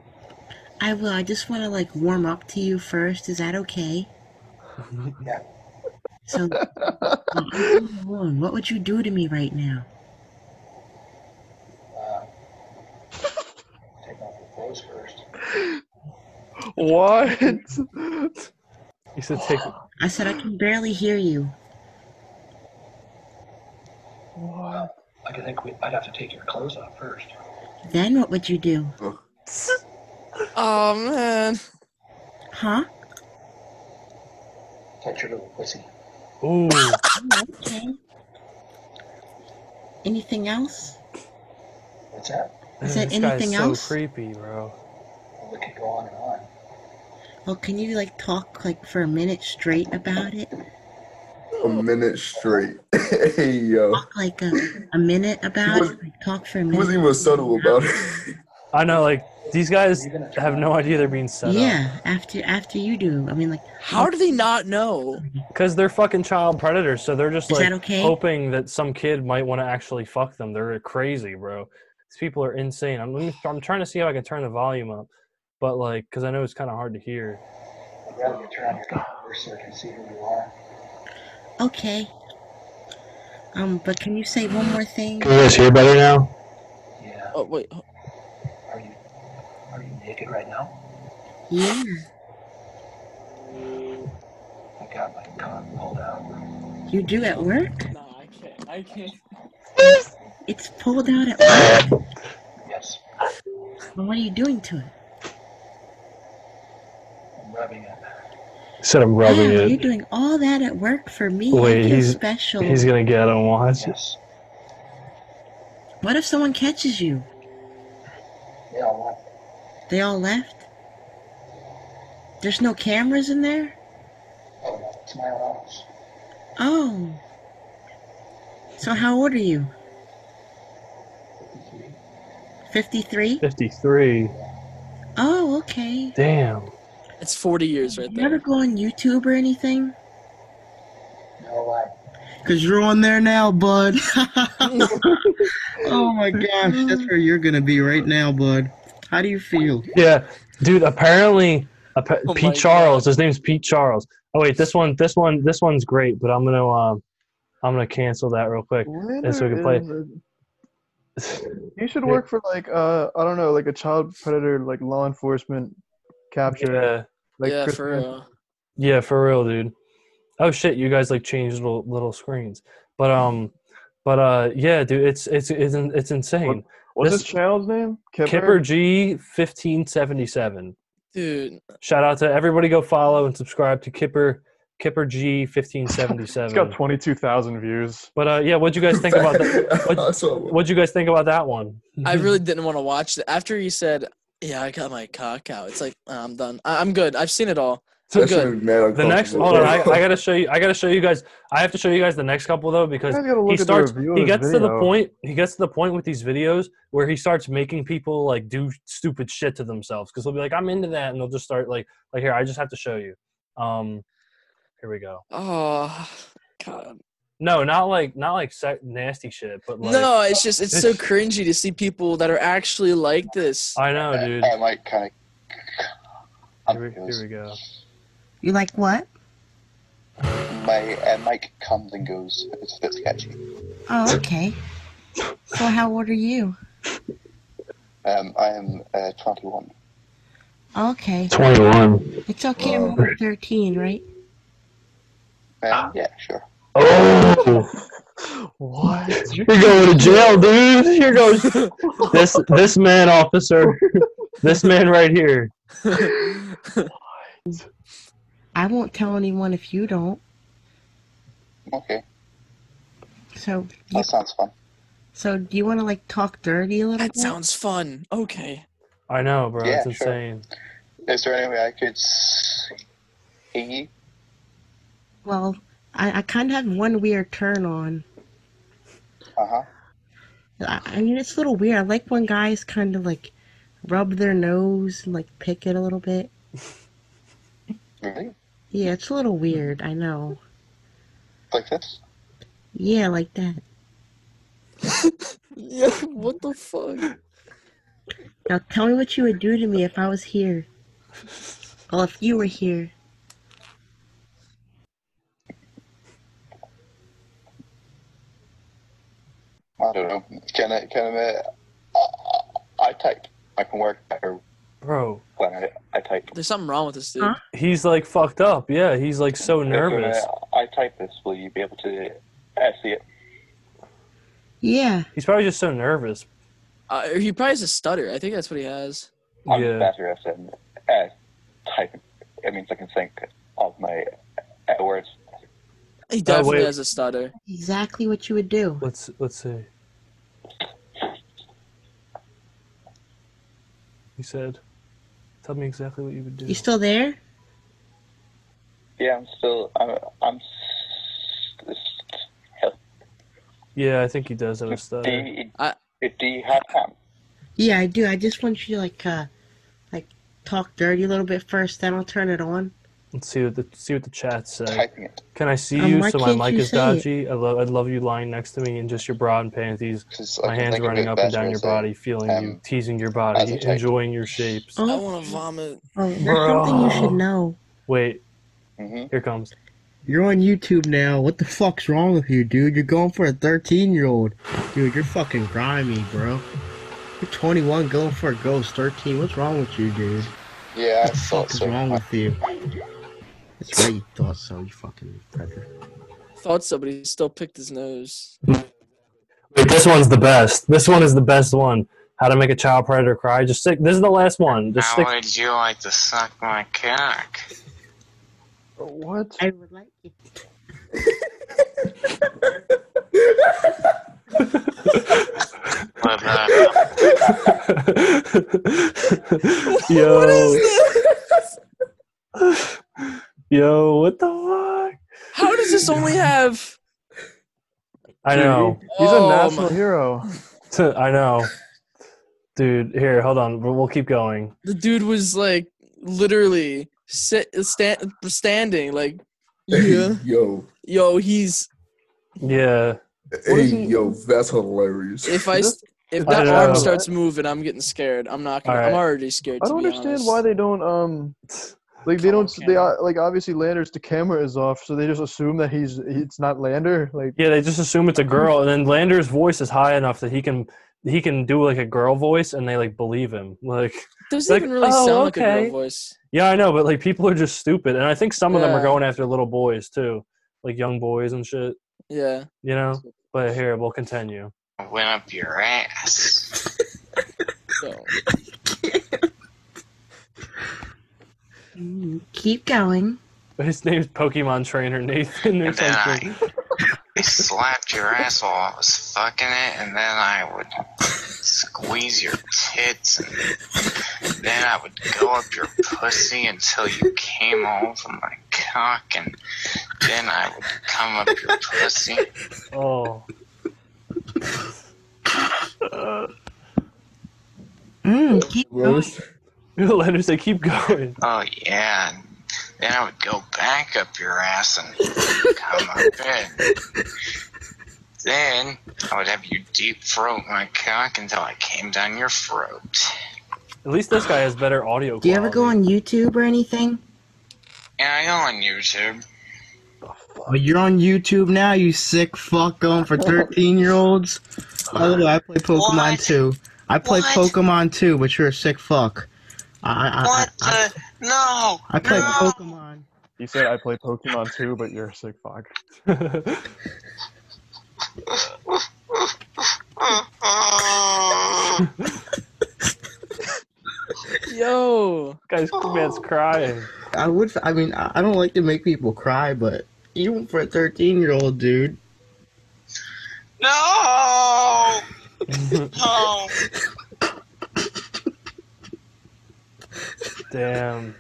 I will. I just want to like warm up to you first. Is that okay? Yeah. So, uh, I'm home alone. what would you do to me right now? Uh, take off your clothes first. what? he said, *gasps* "Take." I said I can barely hear you. what? Uh, I do think we, I'd have to take your clothes off first. Then what would you do? "Oh man." Huh? Touch your little pussy. Ooh, Oh, *laughs* Okay. Anything else? What's that? Is there this guy's anything so else? creepy, bro. Well, we could go on and on. Well, can you like talk like for a minute straight about it? A minute straight. *laughs* hey yo, Talk like a, a minute about was- it. Like, talk for a he minute. wasn't even subtle about it. I know, like these guys have no idea they're being set up yeah, after after you do. I mean, like, How do they not know? because they're fucking child predators. So they're just Is like that okay? hoping that some kid might want to actually fuck them. They're crazy, bro. These people are insane. I'm let me- I'm trying to see how I can turn the volume up, but like because I know it's kind of hard to hear. I'd rather you turn on your clothes so I can see who you are. okay. Um, but can you say one more thing? Can you guys hear better now? Yeah. Oh wait. Are you are you naked right now? Yeah. I got my cock pulled out. You do at work? Nah, I can't. I can't. It's pulled out at work. Yes. Well, what are you doing to it? I'm rubbing it. Said I'm rubbing wow, you're it. doing all that at work for me. Wait, I feel he's- special. He's gonna get him. Watch. Yes. What if someone catches you? They all want They all left? There's no cameras in there? Oh no, it's my own office. Oh. So how old are you? 53? 53. Oh, okay. Damn. It's 40 years right You ever there. go on YouTube or anything? No, I Cause you're on there now, *laughs* bud. oh my gosh, that's where you're gonna be right now, bud. How do you feel? Yeah, dude. Apparently, appa- Oh my Pete Charles. His name's Pete Charles. Oh wait, this one, this one, this one's great. But I'm gonna, um, I'm gonna cancel that real quick. Yes, we can play. *laughs* You should Yeah. work for like uh I don't know like a child predator like law enforcement capture yeah, like yeah, Chris for Mann. real. yeah, for real, dude. Oh shit, you guys like changed little little screens, but um, but uh, yeah, dude, it's it's it's in- it's insane. What's this- his channel's name? Kipper. Kipper G fifteen seventy seven. Dude, Shout out to everybody. Go follow and subscribe to Kipper Kipper G fifteen seventy It's got seven. twenty two thousand views. But uh, yeah, what'd you guys think about that? *laughs* What- That's what I want. What'd you guys think about that one? I *laughs* really didn't want to watch that. After he said, "Yeah, I got my cock out," it's like "Ah, I'm done. I- I'm good. I've seen it all. So That shit good. is mad The next, uncomfortable, hold on, *laughs* *laughs* bro. I, I gotta show you. I gotta show you guys. I have to show you guys the next couple though You because guys gotta look he at the starts. review of He his gets to the video. point. He gets to the point with these videos where he starts making people like do stupid shit to themselves because they'll be like, "I'm into that," and they'll just start like, "Like here, I just have to show you." Um, here we go. Oh, God. No, not like not like se- nasty shit, but like no, it's just it's so it's- cringy to see people that are actually like this. I know, dude. I, I like kind of. Here we, here we go. You like what? My uh, mic comes and goes. It's a bit sketchy. Oh, okay. So how old are you? Um, I am uh, 21. Okay. 21. It's okay, I'm only 13, right? Um, Yeah, sure. Oh, *laughs* What? you're going to jail, dude. Here goes This this man, officer, this man right here. I won't tell anyone if you don't. Okay, So, you, that sounds fun. so do you want to like talk dirty a little That bit? sounds fun. Okay. I know, bro. Yeah, it's sure. insane. Is there any way I could see? Well, I, I kind of have one weird turn on. Uh huh. I, I mean, it's a little weird. I like when guys kind of like rub their nose and like pick it a little bit. *laughs* Really? Yeah, it's a little weird. I know. Like this? Yeah, like *laughs* that. yeah, *laughs* what the fuck? Now tell me what you would do to me if I was here. Well, if you were here. I don't know. Can I? Can I? Uh, I type. I can work better Bro, when I, I type. There's something wrong with this dude. Huh? he's like fucked up. Yeah, he's like so nervous. If, uh, I type this. Will you be able to uh, see it? Yeah. He's probably just so nervous. Uh, he probably has a stutter. I think that's what he has. I'm Yeah. better at um, uh, typing. It means I can think of my uh, words. He definitely Oh, Uh, wait. has a stutter. Exactly what you would do. Let's let's see. He said, "Tell me exactly what you would do." You still there? Yeah, I'm still. I'm. I'm s- s- Yeah, I think he does have a Do stutter. you, I- do you have time? Yeah, I do. I just want you to like uh like talk dirty a little bit first, then I'll turn it on. Let's see what the see what the chat says. typing it? Can I see Um, you? why So my can't mic you is say it? dodgy. I love I'd love you lying next to me in just your bra and panties. 'Cause I My can hands think of running it up and best down way your to say it. body, feeling you, Um, teasing your as body, a type. enjoying your shapes. Oh, I want to vomit. oh, there's something you should Bro. know. Wait, Mhm. here it comes. You're on YouTube now. What the fuck's wrong with you, dude? You're going for a 13 year old. Dude, you're fucking grimy, bro. You're 21 going for a ghost 13. What's wrong with you, dude? Yeah, I What the thought fuck is so. wrong with you? That's right, you thought so, you fucking predator. Thought somebody still picked his nose. Wait, this one's the best. This one is the best one. How to make a child predator cry. Just stick. This is the last one. Just stick. would you like to suck my cock? What? I would like it. What the- *laughs* *laughs* yo. *laughs* *laughs* Yo, what the fuck? How does this only have? I know. He's Oh, a national my- hero. *laughs* I know. Dude, here, hold on. We'll we'll keep going. The dude was like literally sit, stand, standing like, yeah. Hey, yo, *laughs* Yo, he's Yeah. hey, is he- yo, that's hilarious. if I st- if I that know. arm starts moving, I'm getting scared. I'm not gonna. Alright. I'm already scared. I To don't be understand honest. why they don't um like they Come on, don't they Cameron. uh, like obviously Lander's the camera is off, so they just assume that he's it's not Lander. Like Yeah, they just assume it's a girl and then Lander's voice is high enough that he can he can do like a girl voice and they like believe him. Like doesn't like, even really "Oh, sound like a okay." girl voice. Yeah, I know, but like people are just stupid and I think some of them are Yeah. going after little boys too. Like young boys and shit, Yeah. you know? But here, we'll continue. Went up your ass. *laughs* So Mm, Keep going. *laughs* His name's Pokemon Trainer Nathan or And then I- something. *laughs* I slapped your ass while I was fucking it, and then I would squeeze your tits, and then I would go up your pussy until you came over my cock, and then I would come up your pussy. Oh. Mm, keep going. *laughs* Well, Leonard said, keep going. Oh yeah. and Then I would go back up your ass and come up it. Then I would have you deep throat my cock until I came down your throat. At least this guy has better Do audio quality. you ever go on YouTube or anything? And I go on YouTube. Oh, you're on YouTube now, you sick fuck going for 13 year olds? By the way, I play Pokemon What? too. I play What? Pokemon too, but you're a sick fuck. I, I, What I, I, the? No! I play no! Pokemon. he said, I play Pokemon too, but you're a sick *laughs* fuck. Uh, yo, Guy's man's crying. I would. I mean, I I don't like to make people cry, but even for a 13 year old dude, no! No! Damn.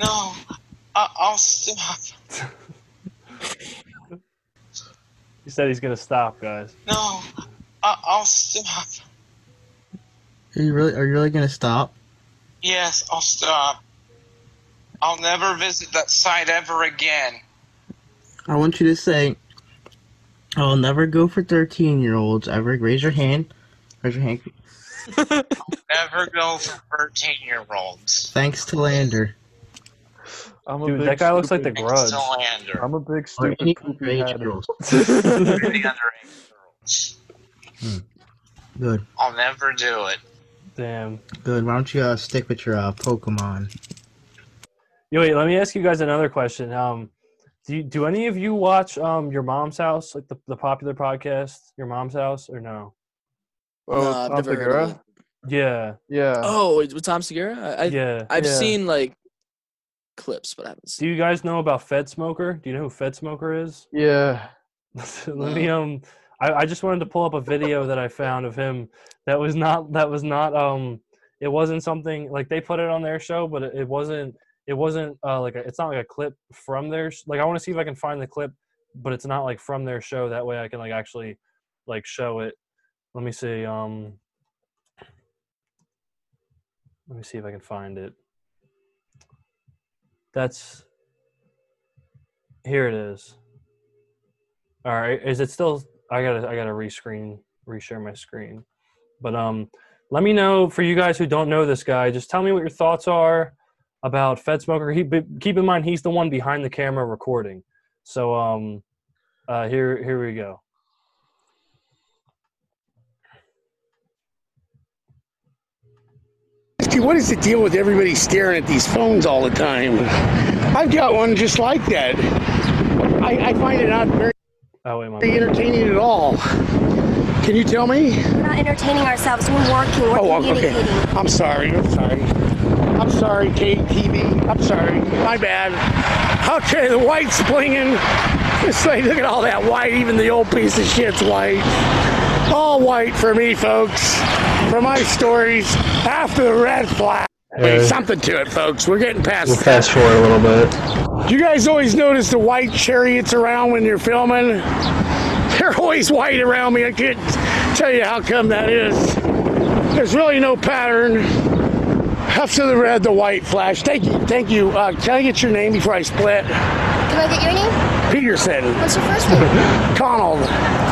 No! I- I'll stop. He said he's gonna stop, guys. No, I, I'll stop. Are you really? Are you really gonna stop? Yes, I'll stop. I'll never visit that site ever again. I want you to say, "I'll never go for thirteen-year-olds ever." Raise your hand. Raise your hand. Never go for 13 year olds. Thanks to Lander. I'm a Dude, big that guy looks like the stupid- grudge. Lander. I'm a big Or stupid any poopy head. *laughs* *laughs* underage girls. The underage girls. Good, I'll never do it. Damn. good. Why don't you uh, stick with your uh, Pokemon? Yo, wait. Let me ask you guys another question. Um, do you, do any of you watch um your mom's house, like the, the popular podcast, your mom's house, or no? Oh, Nah, I've Tom never heard of Segura? it. Yeah, Yeah. Oh, wait, with Tom Segura? I, I, yeah. I've yeah. seen like clips, but I haven't Do seen. you guys know about Fed Smoker? Do you know who Fed Smoker is? *laughs* Yeah. Let me um I, I just wanted to pull up a video that I found of him that was not that was not um it wasn't something like they put it on their show but it, it wasn't it wasn't uh like a, it's not like a clip from their sh- like I want to see if I can find the clip but it's not like from their show that way I can like actually like show it let me see um let me see if I can find it that's here it is all right. Is it still? I gotta. I gotta rescreen, reshare my screen. But um, let me know for you guys who don't know this guy. Just tell me what your thoughts are about Fed Smoker. He but keep in mind he's the one behind the camera recording. So um, uh, here here we go. Dude, what is the deal with everybody staring at these phones all the time? I've got one just like that. I, I find it not very Oh wait, my bad. entertaining at all. Can you tell me? We're not entertaining ourselves. We're working. We're Oh, okay. communicating. I'm sorry. I'm sorry. I'm sorry, Kate TV. I'm sorry. My bad. Okay, the white's blinging. It's like, look at all that white. Even the old piece of shit's white. All white for me, folks. For my stories, after the red flag. Yeah. something to it, folks. We're getting past We'll fast forward a little bit. you guys always notice the white chariots around when you're filming? They're always white around me. I can't tell you how come that is. There's really no pattern. After the red, the white flash. Thank you. Thank you. Uh, can I get your name before I split? Can I get your name? Peterson. What's your first name? *laughs* Connell.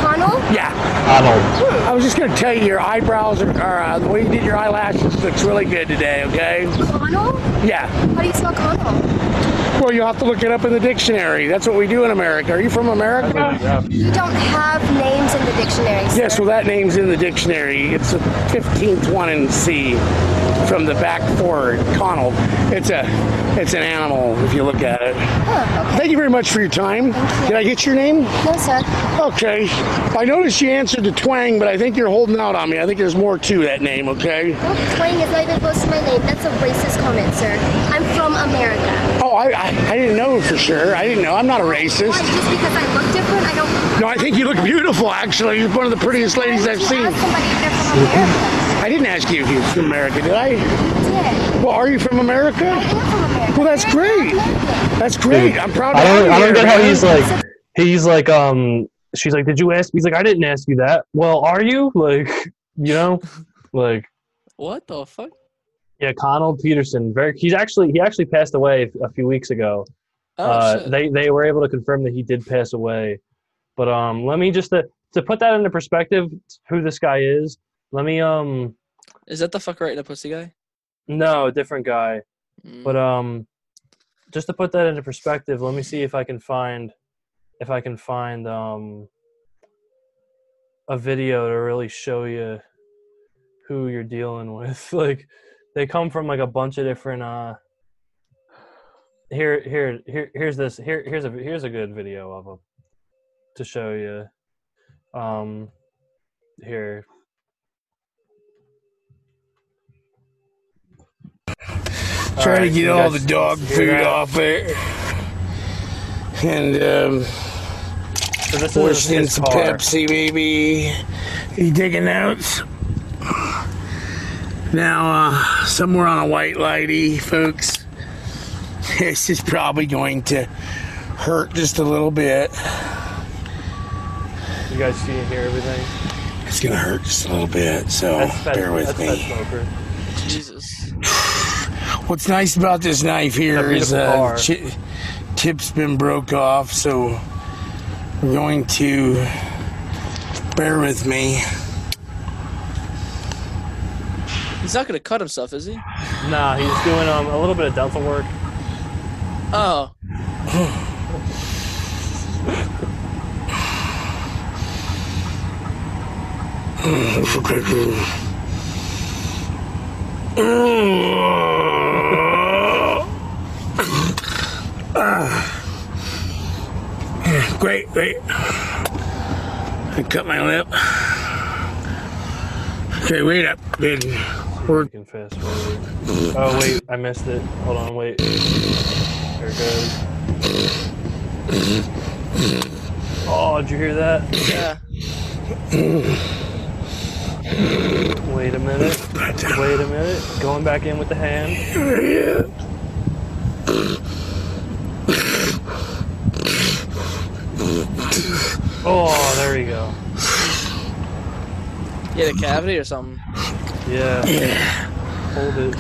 Connell? Yeah. Arnold. I was just going to tell you your eyebrows are, are uh, the way you did your eyelashes looks really good today, okay? Connell? Yeah. How do you spell Connell? Well, you'll have to look it up in the dictionary. That's what we do in America. Are you from America? You don't have names in the dictionary. sir. Yes, well, that name's in the dictionary. It's the 15th one in C from the back forward, Connell. It's a, it's an animal Oh, if you look at it. Huh, Thank you very much for your time. Did I get your name? okay. No, sir. Okay. I noticed you answered the twang, but I think you're holding out on me. I think there's more to that name. Okay. No, twang is not even close to my name. That's a racist comment, sir. I'm from America. Oh, I, I, I didn't know for sure. I didn't know. I'm not a Why? racist. Just because I look different, I don't. No, I think you look beautiful. Actually, you're one of the prettiest Why ladies would I've you seen. Ask somebody if they're from America. I didn't ask you if you're from America, did I? You did. Well, are you from I America? am from America. Well, that's You're great. not American. That's great. I'm proud. I of don't you I don't here, get how man. he's like he's like um she's like did you ask? He's like I didn't ask you that. Well, are you *laughs* like you know like What the fuck? yeah Connell Peterson very he's actually he actually passed away a few weeks ago. Oh, uh, shit. they they were able to confirm that he did pass away. But um, let me just to, to put that into perspective, who this guy is. Let me um, Is that the fuck right in a pussy guy? no, different guy. Mm. But um, just to put that into perspective, let me see if I can find if I can find um a video to really show you who you're dealing *laughs* with. Like they come from like a bunch of different uh here here here here's this here here's a here's a good video of them to show you. Um here trying to Alright, get you all the guys dog hear food that? off there. And um, So this is wishing his some car. Pepsi, maybe. You taking notes? Now, uh, somewhere on a white lady, folks, this is probably going to hurt just a little bit. You guys see and hear everything? It's gonna hurt just a little bit, so That's fed- bear with that's me. fed smoker. What's nice about this knife here It's a is uh, beautiful chi- tip's been broke off, so we're going to bear with me. He's not gonna cut himself, is he? Nah, he's doing um, a little bit of dental work. *sighs* Oh. Great, great. I cut my lip. Okay, wait up. Good. We're Fast forward. Oh wait, I missed it. Hold on, wait. There it goes. Oh, did you hear that? Yeah. Wait a minute. Wait a minute. Going back in with the hand. *laughs* Oh, there you go. He had a cavity or something. Yeah. Yeah. Hold it.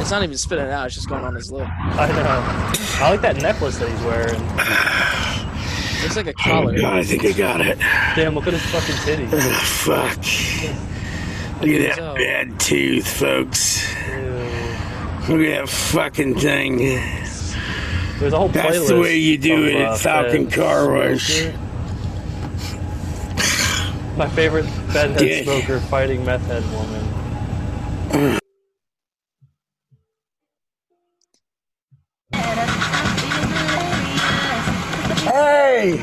It's not even spitting out, it's just going on his lip. I know. I like that necklace that he's wearing. Looks like a collar. Oh god, I think I got it. Damn, look at his fucking titties. Ugh, fuck. Look at that bad tooth, folks. Look at that fucking thing. There's a whole That's the playlist way you do of, it uh, at Falcon Fed Car Wash. Smoker. My favorite fed head Yeah. smoker fighting meth head woman. Hey!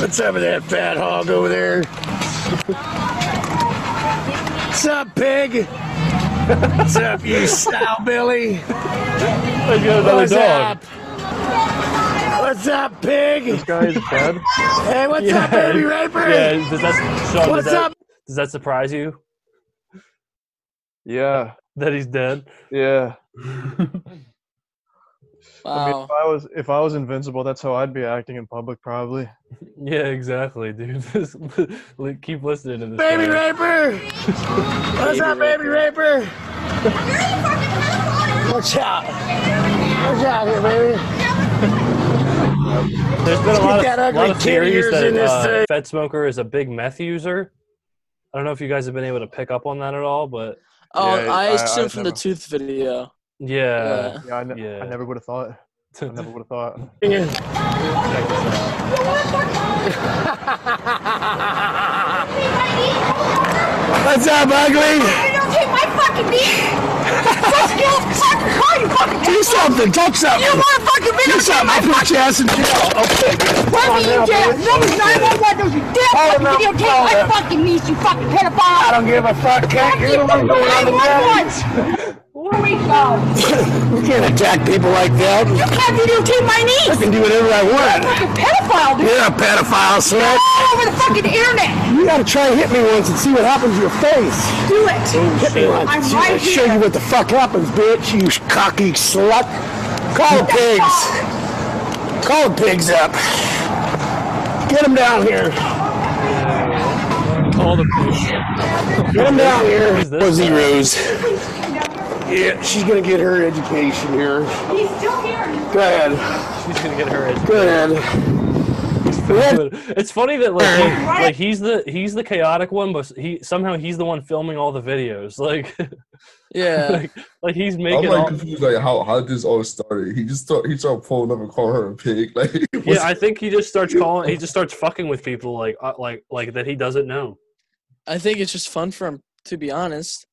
What's up with that fat hog over there? What's up, pig? What's up, you style billy? another What's dog. up? What's up, pig? This guy's dead. Hey, what's up, baby raper? Yeah, does that, Sean, What's does that, up? Does that surprise you Yeah, that he's dead? yeah. I mean, if I was if I was invincible, that's how I'd be acting in public, probably. *laughs* Yeah, exactly, dude. *laughs* This, li- keep listening to this. Baby guy. raper! What's up, baby raper? Watch out! Watch out here, baby! There's been Get a lot that of, ugly lot of kid theories ears that in this uh, thing. Fed Smoker is a big meth user. I don't know if you guys have been able to pick up on that at all, but Oh, I assume from the tooth video. Yeah. Yeah, I, ne- I never would have thought. *laughs* I never would have thought. What's up, ugly? don't take my fucking meat. Fuck you, fucking car, you fucking Do something! Talk something! You wanna fucking make Do us something! I'll put your ass in jail! Okay. Put me in jail. Number 911 knows you damn fucking no, videotape hold my up. fucking niece, you fucking pedophile. I don't give a fuck, Kate. You're the one going on the Where we go? You can't attack people like that. You can't videotape my niece. I can do whatever I want. You're a fucking pedophile, dude. You're a pedophile, slut. You're all over the fucking internet. You gotta try and hit me once and see what happens to your face. Do it. hit me once. I'm and right I'll show here. you what the fuck happens, bitch. You cocky slut. Call the pigs. Call the pigs up. Get them down here. All the pigs. Get them down here. Who's For this guy? zeros. Yeah, she's gonna get her education here. He's still here. Go ahead. She's gonna get her education. Go ahead. It's funny that like, like like he's the he's the chaotic one, but he somehow he's the one filming all the videos. *laughs* Like Yeah. like, like he's I'm making like all. confused, like how how this all started. He just thought he tried pulling up and calling her a pig. *laughs* Like Yeah, I think he just starts calling. He just starts fucking with people like uh, like like that he doesn't know. I think it's just fun for him, to be honest.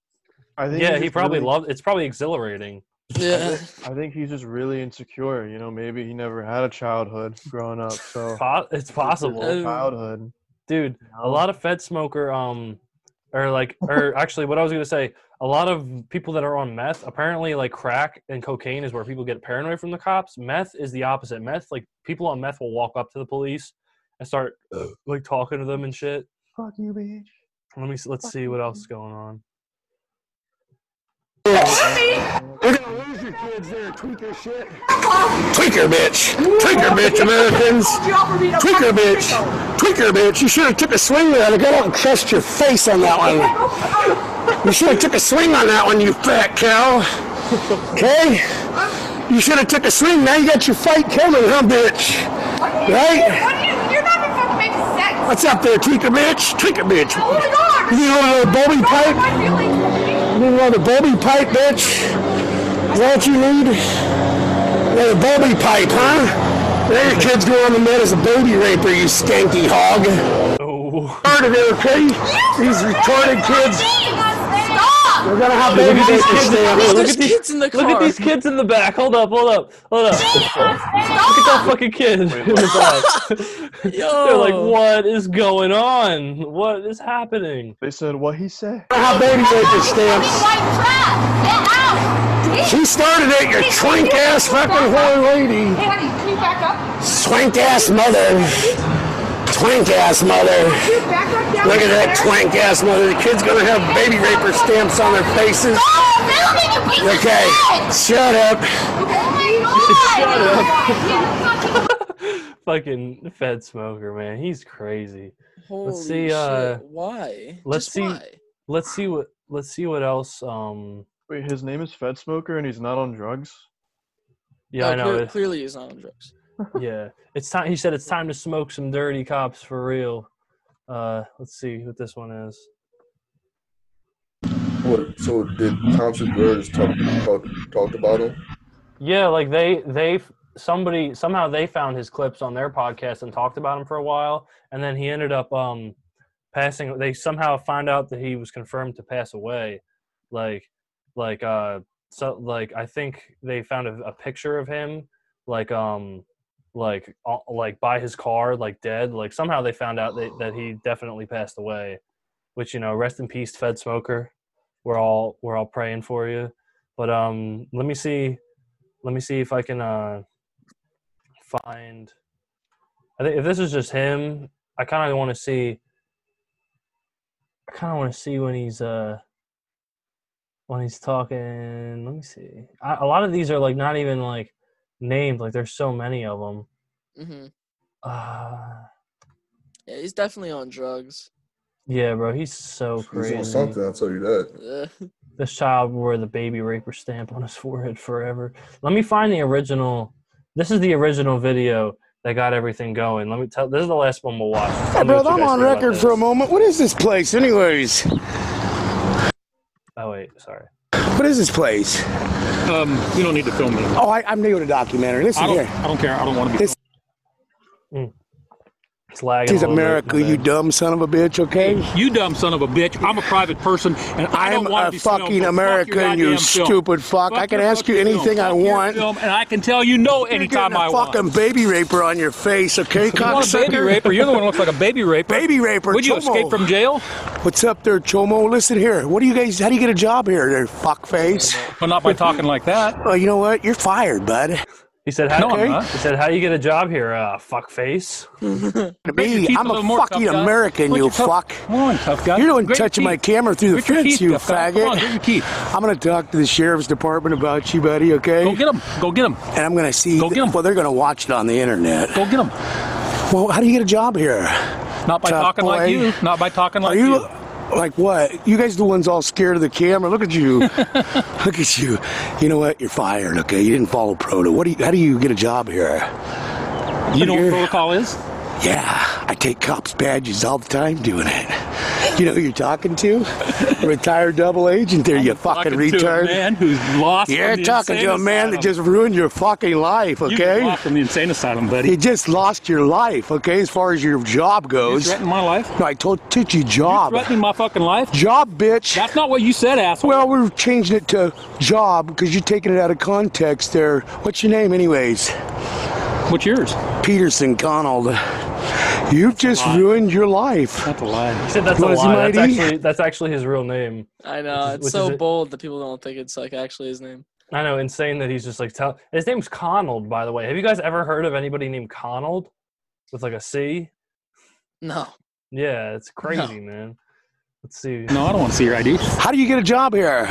I think Yeah, he's he just probably really- loved. It's probably exhilarating. Yeah. I think he's just really insecure. You know, maybe he never had a childhood growing up, so Po- It's possible. His childhood. dude a lot of fed smoker um or like *laughs* or actually what i was going to say a lot of people that are on meth apparently like crack and cocaine is where people get paranoid from the cops meth is the opposite meth like people on meth will walk up to the police and start like talking to them and shit Fuck you, bitch. let me s- let's see what else is going on We're gonna lose your kids there, tweaker shit. Tweaker bitch. Tweaker bitch, Americans. Tweaker bitch. Tweaker bitch. You should have took a swing there. I got out and crushed your face on that one. You should have took a swing on that one, you fat cow. Okay? You should have took a swing. Now you got your fight coming, huh, bitch? Right? You're not gonna fucking make sense. What's up there, tweaker bitch? Tweaker bitch. Oh my God. You need a little bobby pipe? You need a little bobby pipe, bitch? Is that what you need? Little bobby pipe, huh? There your kid's going to bed as a baby raper, you skanky hog. Oh. Heard of it, okay? These retarded kids. Stop. We're gonna have Look baby at these rapists kids in stay the- up. look at these kids in the Look at these kids in the back. Hold up, hold up, hold up. *laughs* Look at that fucking kid in *laughs* the back. *laughs* They're like, what is going on? What is happening? They said what he said. How baby maker stamps. She started it, you twink ass fucking whore lady. Hey, honey, can you back up? Twink ass mother. Twink ass mother. Look at that twink ass mother. The kid's gonna have baby raper stamps on their faces. Okay, shut up. "Oh *laughs* Shut up. *laughs* *laughs* fucking Fed Smoker, man. He's crazy. Holy let's see shit. uh why? let's Just see why? let's see what let's see what else um Wait, his name is Fed Smoker and he's not on drugs. yeah, No, I know. clear- it's- clearly, he's not on drugs. yeah, it's time. He said it's time to smoke some dirty cops for real. Uh, let's see what this one is. What, so did Thompson Brothers talk, talk talked about him? Yeah, like they they somebody somehow they found his clips on their podcast and talked about him for a while, and then he ended up um passing. They somehow find out that he was confirmed to pass away. Like like uh so like I think they found a, a picture of him like um like uh, like by his car like dead like somehow they found out that, that he definitely passed away which you know rest in peace fed smoker we're all we're all praying for you but um let me see let me see if I can uh, find. I think if this is just him, I kind of want to see. I kind of want to see when he's uh when he's talking. Let me see. I, a lot of these are like not even like named. Like there's so many of them. hmm Uh, Yeah, he's definitely on drugs. yeah, bro, he's so He's crazy. on something, I'll tell you that. Ugh. This child wore the baby raper stamp on his forehead forever. Let me find the original. This is the original video that got everything going. Let me tell. This is the last one we'll watch. Hey, Tell me bro, what you I'm guys on think about record this. for a moment. What is this place, anyways? Oh wait, sorry. What is this place? Um, you don't need to film me. Oh, I, I'm new to documentary. Listen I don't- here. I don't care. I don't want to be. This, Mm. It's lagging. this is a little bit. America, you dumb son of a bitch. Okay. You dumb son of a bitch. I'm a private person, and I I'm don't want to a be fucking filmed. American, Fuck your you goddamn film. stupid fuck. I can your ask you fucking anything film. I Fuck your want. film, and I can tell you no anytime You're I getting a want. fucking baby raper on your face, *laughs* okay, You want a cocksucker? baby raper? You're the one who looks like a baby raper. Baby raper. Would you chomo. escape from jail? What's up there, chomo? Listen here. What do you guys? How do you get a job here, there, fuckface? Well, not by talking like that. Well, you know what? You're fired, bud. He said, "How?" No, I'm not. He said, "How you get a job here, uh, fuck face?" To me, I'm a fucking American, you fuck. You're the one Grit your touching my teeth. camera through the Grit your fence, teeth, you tough guy. Come faggot. on, grit your teeth. I'm gonna talk to the sheriff's department about you, buddy. Okay? Go get him. Go get him. And I'm gonna see. Go get him. Well, they're gonna watch it on the internet. Go get him. Well, how do you get a job here? Not by Tough talking boy. like you. Not by talking like Are you, you. like what? You guys the ones all scared of the camera. Look *laughs* at you. Look at you. You know what? You're fired. Okay. You didn't follow proto. What do you? How do you get a job here? You know what protocol is? Yeah, I take cops badges all the time doing it. You know who you're talking to? *laughs* Retired double agent there, you talking fucking to a retard. man who's lost from You're the talking insane to a man that asylum. just ruined your fucking life, You okay? just lost from the insane asylum, buddy. You just lost your life, okay, as far as your job goes. threatened my life? No, I told took you job. threatening my fucking life? Job, bitch. That's not what you said, asshole. Well, we're changing it to job because you're taking it out of context there. What's your name, anyways? What's yours? Peterson Conald. You've just ruined your life. That's a lie. He said, "That's a Was lie. That's mighty. actually that's actually his real name." I know Which is- it's which so is it- bold that people don't think it's like actually his name. I know, insane that he's just like tell. His name's Conald, by the way. Have you guys ever heard of anybody named Conald with like a C? No. Yeah, it's crazy, man. Let's see. No, I don't want to see your ID. How do you get a job here?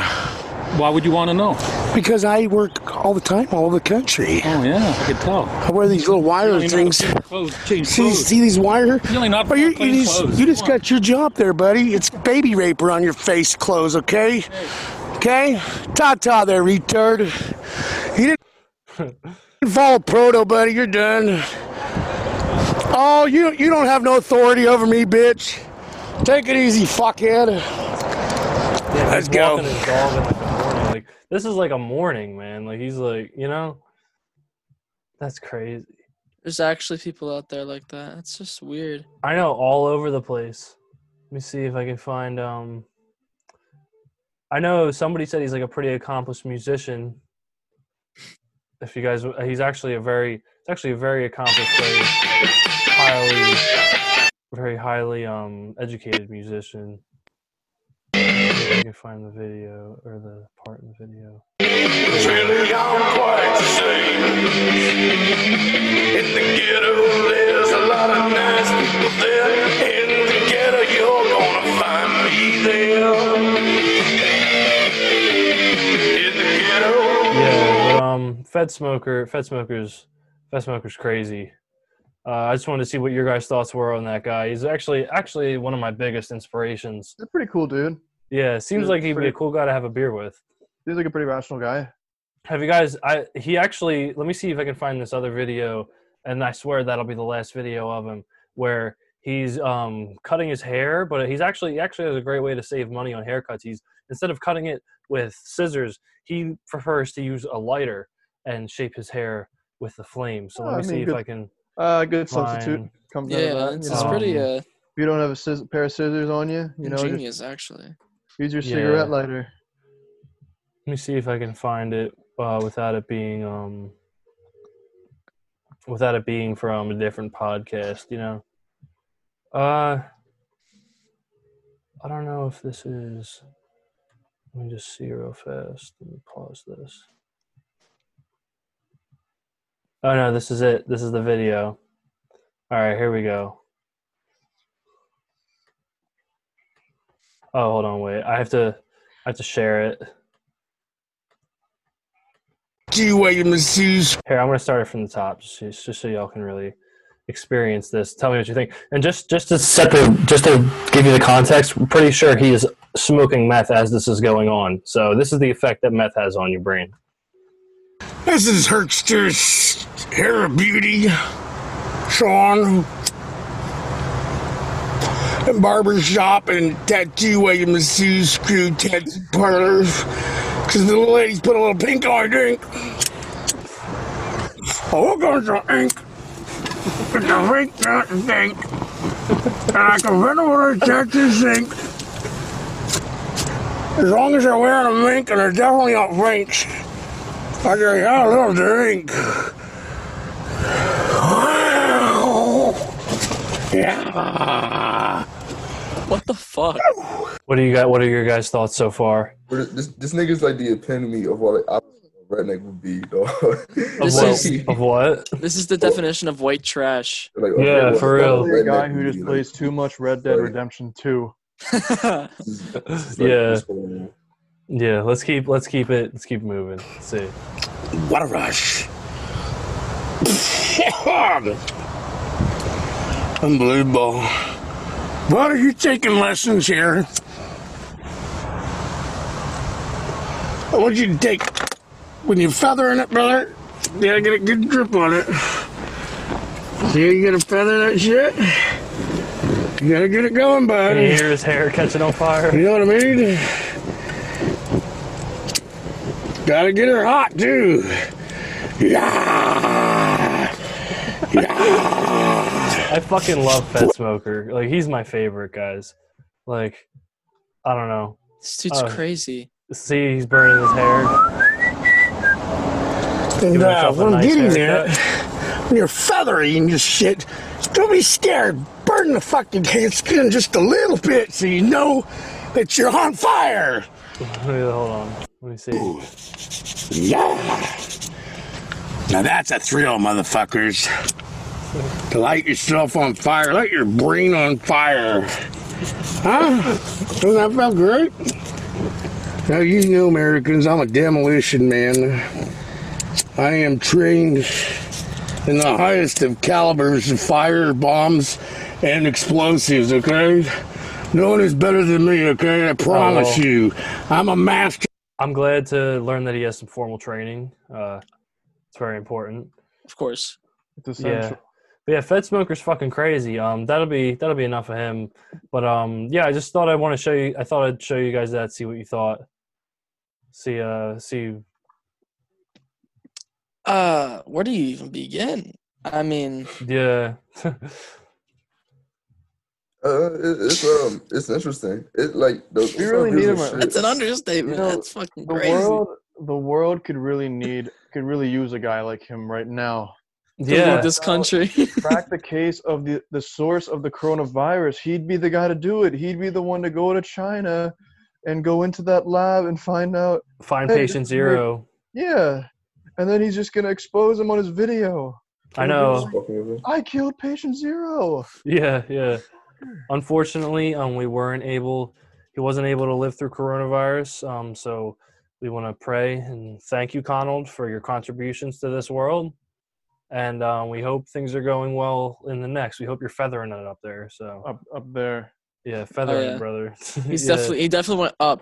Why would you want to know? Because I work all the time, all over the country. Oh yeah, I could tell. I wear these little wire You're things. not clothes, *laughs* change See, clothes. see these wire? You're only not Oh, you, clean you just, clothes. you just got your job there, buddy. It's baby raper on your face clothes, okay? Okay? Ta ta there, retard. You *laughs* didn't follow proto, buddy. You're done. Oh, you you don't have no authority over me, bitch. Take it easy, fuckhead. Let's He's go. walking his dog in like the morning. Like this is like a morning, man. Like he's like, you know, that's crazy. There's actually people out there like that. That's just weird. I know all over the place. Let me see if I can find. Um, I know somebody said he's like a pretty accomplished musician. If you guys, uh, he's actually a very, it's actually a very accomplished, very highly, very highly um educated musician. If I can find the video or the part in the video. Feeling I'm quite the same. In the ghetto, there's a lot of nice people there. In the ghetto, you're gonna find me there. In the ghetto, Yeah, but, um, Fed Smoker, Fed Smoker's, Fed Smoker's crazy. Uh, I just wanted to see what your guys' thoughts were on that guy. He's actually, actually one of my biggest inspirations. He's a pretty cool dude. Yeah, seems Yeah, like he'd be pretty- a cool guy to have a beer with. He's like a pretty rational guy. Have you guys? I he actually. Let me see if I can find this other video, and I swear that'll be the last video of him where he's um cutting his hair, but he's actually he actually has a great way to save money on haircuts. He's instead of cutting it with scissors, he prefers to use a lighter and shape his hair with the flame. So Oh, let I me mean, see good- if I can. Uh, good substitute find- comes out of that. you know? Mm. uh, If you don't have a sciss- pair of scissors on you, you know, just Ingenious, actually. use your Yeah. cigarette lighter. Let me see if I can find it uh, without it being um without it being from a different podcast, you know. Uh I don't know if this is let me just see real fast. Let me pause this. Oh no, this is it. This is the video. All right, here we go. Oh, hold on, wait. I have to I have to share it. Do what you masseuse. Here, I'm gonna start it from the top, just, so- just so y'all can really experience this. Tell me what you think, and just just to set the just to give you the context, I'm pretty sure he is smoking meth as this is going on. So this is the effect that meth has on your brain. This is Herkster's Hair of Beauty, Sean, and barber shop and tattoo and masseuse crew tattoo parlor. Cause the little ladies put a little pink on her ink. I look on your ink. It's a pink cat ink. And I can run over her tattoo's ink. As long as they're wearing a mink and they're definitely not French. I just got a little drink. *sighs* Yeah. What the fuck? What do you got? What are your guys' thoughts so far? But This, this nigga's like the epitome of what like, redneck would be, *laughs* dog. Of what? Like, *laughs* of what? This is the definition of white trash. like, Yeah, okay, well, for that's real. a The redneck guy who movie, just like, plays too much Red Dead Redemption 2. this is like- Yeah, this whole- yeah. Let's keep let's keep it let's keep moving. Let's see. What a rush. *laughs* Unbelievable. What are you taking lessons here? I want you to take when you're feathering it, brother. Yeah, get a good grip on it. Here you gotta feather that shit. You gotta get it going, Can buddy. you hear his hair catching on fire? You know what I mean? Gotta get her hot too. Yeah. I fucking love Fed Smoker. Like he's my favorite, guys. Like I don't know. This dude's Uh, crazy. See, he's burning his hair. And uh, myself a when nice getting there, haircut. when you're feathering this shit, don't be scared. Burn the fucking head skin just a little bit so you know that you're on fire. Hold on. Let me see. Yeah. Now that's a thrill, motherfuckers. To light yourself on fire, light your brain on fire. Huh? Doesn't that feel great? Now, you know, Americans, I'm a demolition man. I am trained in the highest of calibers of fire, bombs, and explosives, okay? No one is better than me, okay? I promise Oh. you. I'm a master. I'm glad to learn that he has some formal training. Uh, it's very important. Of course. It's Yeah. But yeah, Fed Smoker's fucking crazy. Um, that'll be that'll be enough of him. But um, yeah, I just thought I want to show you. I thought I'd show you guys that. See what you thought. See uh, see. Uh, where do you even begin? I mean, yeah. *laughs* Uh, it, it's um, it's interesting. It like those. We really need him. That's an understatement. That's fucking the crazy. World, the world could really need could really use a guy like him right now. To lead Yeah. this *laughs* country. crack the case of the the source of the coronavirus. He'd be the guy to do it. He'd be the one to go to China and go into that lab and find out Find Hey, this patient is me. zero. Yeah. And then he's just gonna expose him on his video. I And he'll be know. like, I killed patient zero. Yeah, yeah. Unfortunately, um, we weren't able. He wasn't able to live through coronavirus. Um, so we want to pray and thank you, Conald, for your contributions to this world. And um, we hope things are going well in the next. We hope you're feathering it up there. So up up there. Yeah, feathering, Oh, yeah. it, brother. *laughs* he's Yeah. definitely he definitely went up.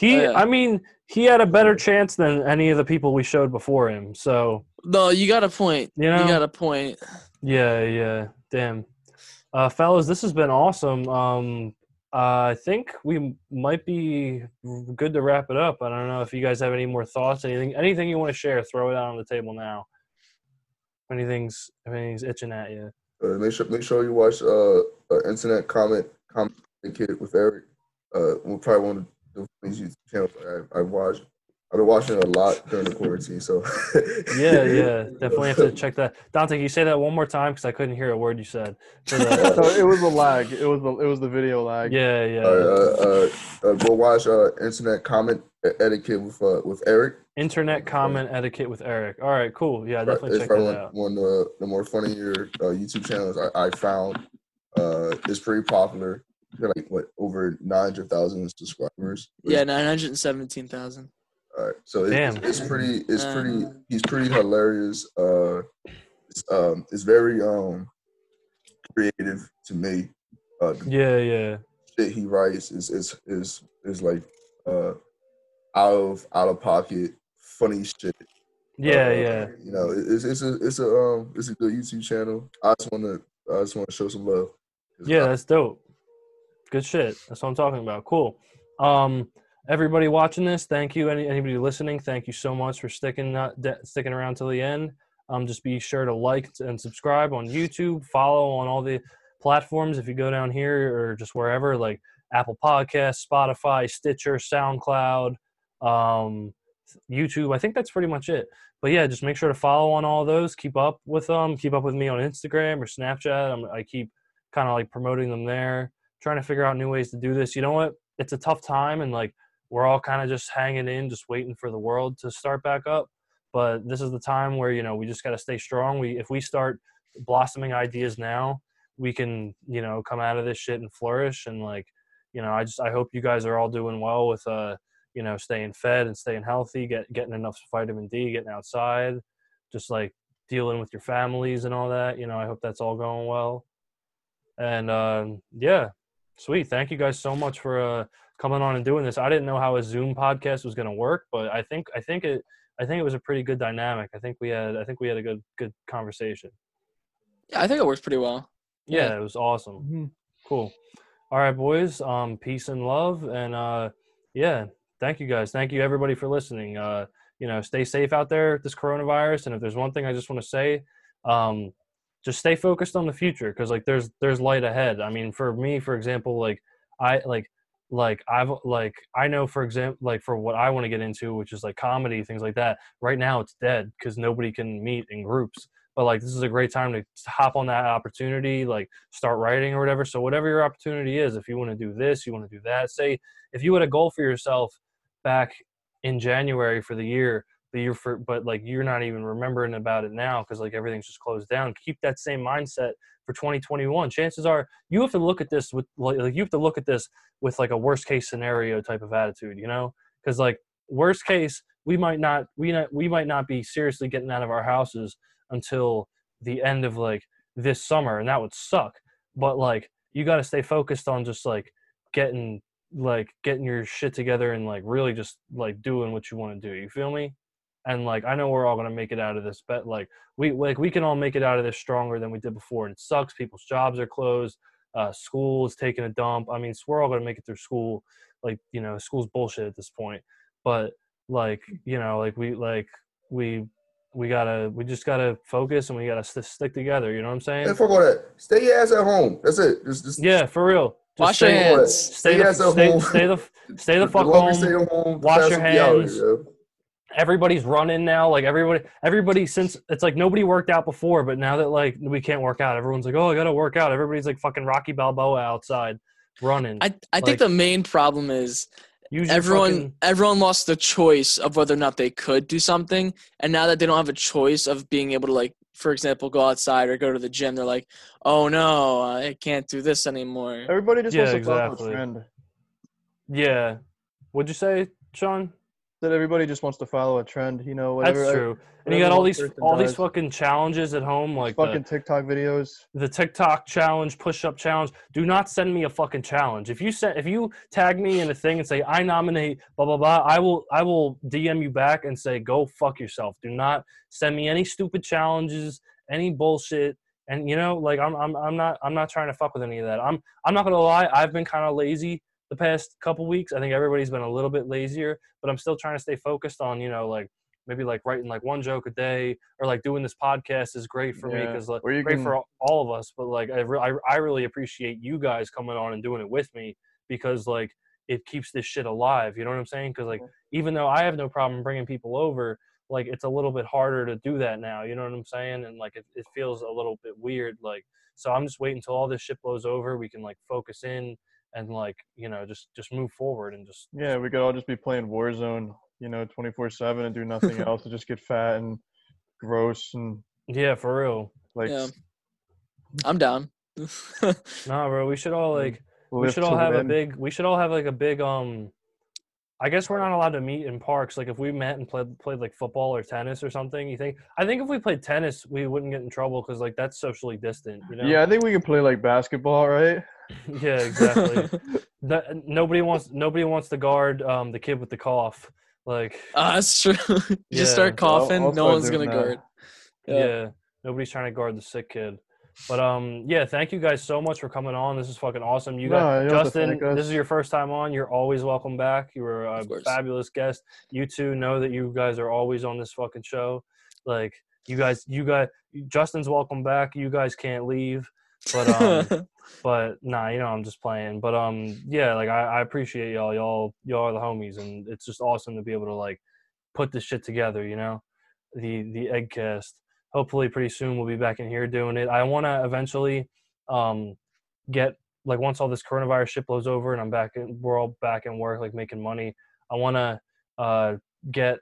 He, Oh, yeah. I mean, he had a better chance than any of the people we showed before him. So No, you got a point. You know? Uh, you got a point. Yeah, yeah. Damn. Uh fellas, this has been awesome. Um I think we m- might be good to wrap it up. I don't know if you guys have any more thoughts, anything anything you want to share, throw it out on the table now. If anything's if anything's itching at you. Uh, make sure make sure you watch uh, uh internet comment comment kid with Eric. Uh, we'll probably one of the funniest YouTube channels I I watched. I've been watching it a lot during the quarantine, so *laughs* Yeah, yeah. *laughs* Definitely have *laughs* to check that. Dante, can you say that one more time because I couldn't hear a word you said. For the- *laughs* So it was a lag. It was the it was the video lag. Yeah, yeah. Uh, uh, uh, go watch uh, internet comment etiquette with uh, with Eric. Internet comment etiquette with Eric. All right, cool. Yeah, definitely it's check probably that out. one- One of the, the more funnier uh, YouTube channels I, I found. Uh, it's pretty popular. They got, like what over nine hundred thousand subscribers. Yeah, nine hundred and seventeen thousand. All right, so it, it's- Damn. it's pretty. It's Uh. pretty. He's pretty hilarious. Uh, it's, um, it's very um creative to me. Uh, the Yeah, yeah. shit he writes is is is is like uh out of out of pocket funny shit. Yeah, Uh, yeah. You know, it- it's it's a it's a um it's a good YouTube channel. I just want to I just want to show some love. Yeah, that's dope. Good shit. That's what I'm talking about. Cool. Um, everybody watching this, thank you. Any, anybody listening, thank you so much for sticking not de- sticking around till the end. Um, just be sure to like and subscribe on YouTube. Follow on all the platforms. If you go down here or just wherever, like Apple Podcasts, Spotify, Stitcher, SoundCloud, um, YouTube. I think that's pretty much it. But yeah, just make sure to follow on all those. Keep up with them. Keep up with me on Instagram or Snapchat. I'm, I keep kind of like promoting them there, trying to figure out new ways to do this. You know what? It's a tough time, and like we're all kind of just hanging in, just waiting for the world to start back up. But this is the time where you know we just got to stay strong. We if we start blossoming ideas now, we can you know come out of this shit and flourish. And like you know, I just I hope you guys are all doing well with uh you know staying fed and staying healthy, get getting enough vitamin D, getting outside, just like dealing with your families and all that. You know, I hope that's all going well. And um, yeah, sweet. Thank you guys so much for uh, coming on and doing this. I didn't know how a Zoom podcast was going to work, but I think I think it I think it was a pretty good dynamic. I think we had I think we had a good good conversation. Yeah, I think it works pretty well. Yeah, it was awesome. Cool. All right, boys. Um, peace and love, and uh, yeah, thank you guys. Thank you everybody for listening. Uh, you know, stay safe out there with this coronavirus. And if there's one thing I just want to say, um, just stay focused on the future because like there's there's light ahead. I mean, for me, for example, like I like like I've like I know for example like for what I want to get into, which is like comedy things like that. Right now, it's dead because nobody can meet in groups but like this is a great time to hop on that opportunity like start writing or whatever so whatever your opportunity is if you want to do this you want to do that say if you had a goal for yourself back in january for the year but you're for, but like you're not even remembering about it now because like everything's just closed down keep that same mindset for 2021 chances are you have to look at this with like like, you have to look at this with like a worst case scenario type of attitude you know because like worst case we might not we not we might not be seriously getting out of our houses until the end of like this summer and that would suck but like you got to stay focused on just like getting like getting your shit together and like really just like doing what you want to do you feel me and like i know we're all going to make it out of this but like we like we can all make it out of this stronger than we did before and it sucks people's jobs are closed uh, school is taking a dump i mean so we're all going to make it through school like you know school's bullshit at this point but like you know like we like we we gotta we just gotta focus and we gotta st- stick together you know what i'm saying Hey, fuck all that. Stay your ass at home. That's it. Just, just yeah, for real. Just Wash your stay- hands. Stay, Stay the, ass at stay, home. stay the stay the The fuck longer home. you stay at home, the wash faster your we out of hands. here, yo. Everybody's running now. Like everybody, everybody since it's like nobody worked out before, but now that like we can't work out, everyone's like, oh, I gotta work out. Everybody's like fucking Rocky Balboa outside running. I I think the main problem is Use your everyone fucking- everyone lost the choice of whether or not they could do something, and now that they don't have a choice of being able to like, for example, go outside or go to the gym, they're like, oh no, I can't do this anymore. Everybody just Yeah, wants to follow exactly. a trend. yeah. What'd you say, Sean? That everybody just wants to follow a trend. You know, whatever. That's true. And you whatever got all one these person all these does. fucking challenges at home, like the- fucking TikTok videos. the TikTok challenge, push up challenge. Do not send me a fucking challenge. If you send, if you tag me in a thing and say I nominate blah blah blah, I will I will DM you back and say go fuck yourself. Do not send me any stupid challenges, any bullshit. And you know, like I'm I'm I'm not I'm not trying to fuck with any of that. I'm I'm not gonna lie. I've been kind of lazy the past couple weeks. I think everybody's been a little bit lazier, but I'm still trying to stay focused on you know like maybe like writing like one joke a day or like doing this podcast is great for me Yeah, because like or you great can- for all- all of us but like I, re- I I really appreciate you guys coming on and doing it with me because like it keeps this shit alive you know what i'm saying because like Mm-hmm. even though i have no problem bringing people over like it's a little bit harder to do that now you know what i'm saying and like it, it feels a little bit weird like so i'm just waiting until all this shit blows over we can like focus in and like you know just just move forward and just Yeah, we could all just be playing Warzone, you know, twenty four seven and *laughs* do nothing else and just get fat and gross and yeah for real like Yeah. I'm down. *laughs* Nah, bro, we should all like we live should all to have a win. big we should all have like a big um I guess we're not allowed to meet in parks. Like if we met and played played like football or tennis or something, you think I think if we played tennis we wouldn't get in trouble because like that's socially distant, you know? yeah, I think we can play like basketball, right? *laughs* yeah, exactly. *laughs* No- nobody wants nobody wants to guard um the kid with the cough. Like Ah, that's true. you *laughs* Yeah. just start coughing, no one's gonna guard. Yeah. nobody's trying to guard the sick kid. But um, yeah, thank you guys so much for coming on. This is fucking awesome. You No, guys, you don't have to Justin, thank us. this is your first time on. You're always welcome back. You were a fabulous guest. You two know that you guys are always on this fucking show. Like you guys, you guys, Justin's welcome back. You guys can't leave. But um, *laughs* but nah, you know I'm just playing. But um, yeah, like I, I appreciate y'all. Y'all, y'all are the homies, and it's just awesome to be able to like put this shit together. You know, the the egg cast. Hopefully, pretty soon we'll be back in here doing it. I want to eventually um, get like once all this coronavirus shit blows over and I'm back in, we're all back in work, like making money. I want to uh, get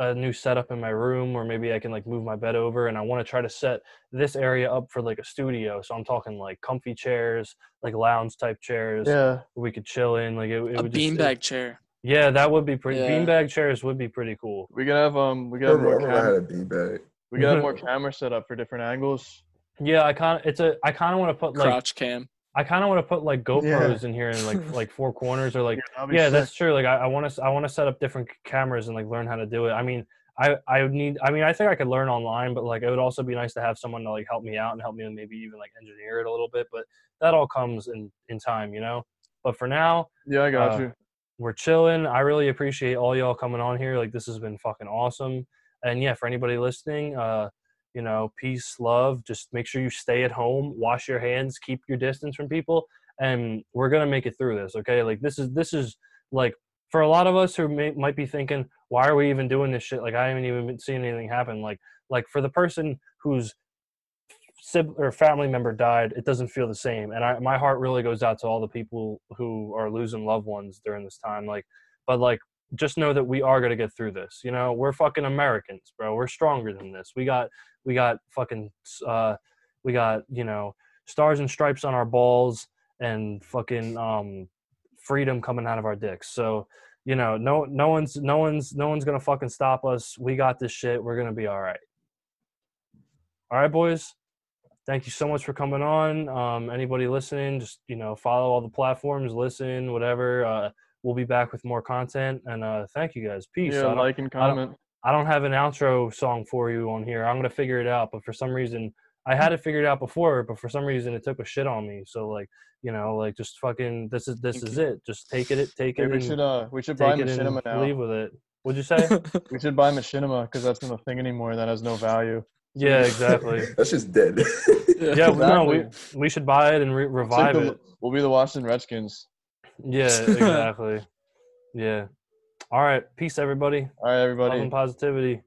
a new setup in my room, or maybe I can like move my bed over, and I want to try to set this area up for like a studio. So I'm talking like comfy chairs, like lounge type chairs. Yeah. we could chill in. Like it, it A would just- it- beanbag chair. Yeah, that would be pretty. Yeah. Beanbag chairs would be pretty cool. We could have um we could have Remember, more remember I had a cam- beanbag. *laughs* we could have more camera set up for different angles. Yeah, I kind of it's a I kind of want to put like Crotch cam. I kind of want to put like GoPros in here and like like *laughs* four corners or like that'd yeah, be that's true. Like I want to I want to set up different c- cameras and like learn how to do it. I mean I I would need I mean I think I could learn online, but like it would also be nice to have someone to like help me out and help me maybe even like engineer it a little bit. But that all comes in in time, you know. But for now, Yeah, I got uh, you. we're chilling. I really appreciate all y'all coming on here. Like this has been fucking awesome. And yeah, for anybody listening, uh, you know, peace, love. Just make sure you stay at home, wash your hands, keep your distance from people, and we're gonna make it through this. Okay, like this is this is like for a lot of us who may, might be thinking, why are we even doing this shit? Like I haven't even been seeing anything happen. Like like for the person who's sib- or family member died, it doesn't feel the same. And I, my heart really goes out to all the people who are losing loved ones during this time. Like, but like, just know that we are gonna get through this. You know, we're fucking Americans, bro. We're stronger than this. We got, we got fucking, uh, we got you know, stars and stripes on our balls and fucking um, freedom coming out of our dicks. So you know, no, no one's, no one's, no one's gonna fucking stop us. We got this shit. We're gonna be all right. All right, boys. Thank you so much for coming on. Um, anybody listening, just you know, follow all the platforms, listen, whatever. Uh, we'll be back with more content, and uh, thank you guys. Peace. Yeah, I don't- like and I don't- comment. I don't have an outro song for you on here. I'm gonna figure it out, but for some reason I had it figured out before, but for some reason it took a shit on me. So like, you know, like just fucking this is this is it. Just take it, take Hey, it. we and- should uh we should buy take it and machinima now. *laughs* Leave with it. What'd you say? we should buy machinima because that's not a thing anymore. That has no value. Yeah, *laughs* exactly. That's just dead. yeah, but no, we Exactly. we should buy it and re- It's like revive the- it. We'll be the Washington Redskins. *laughs* Yeah, exactly. yeah. All right, peace, everybody. All right, everybody. Love and positivity.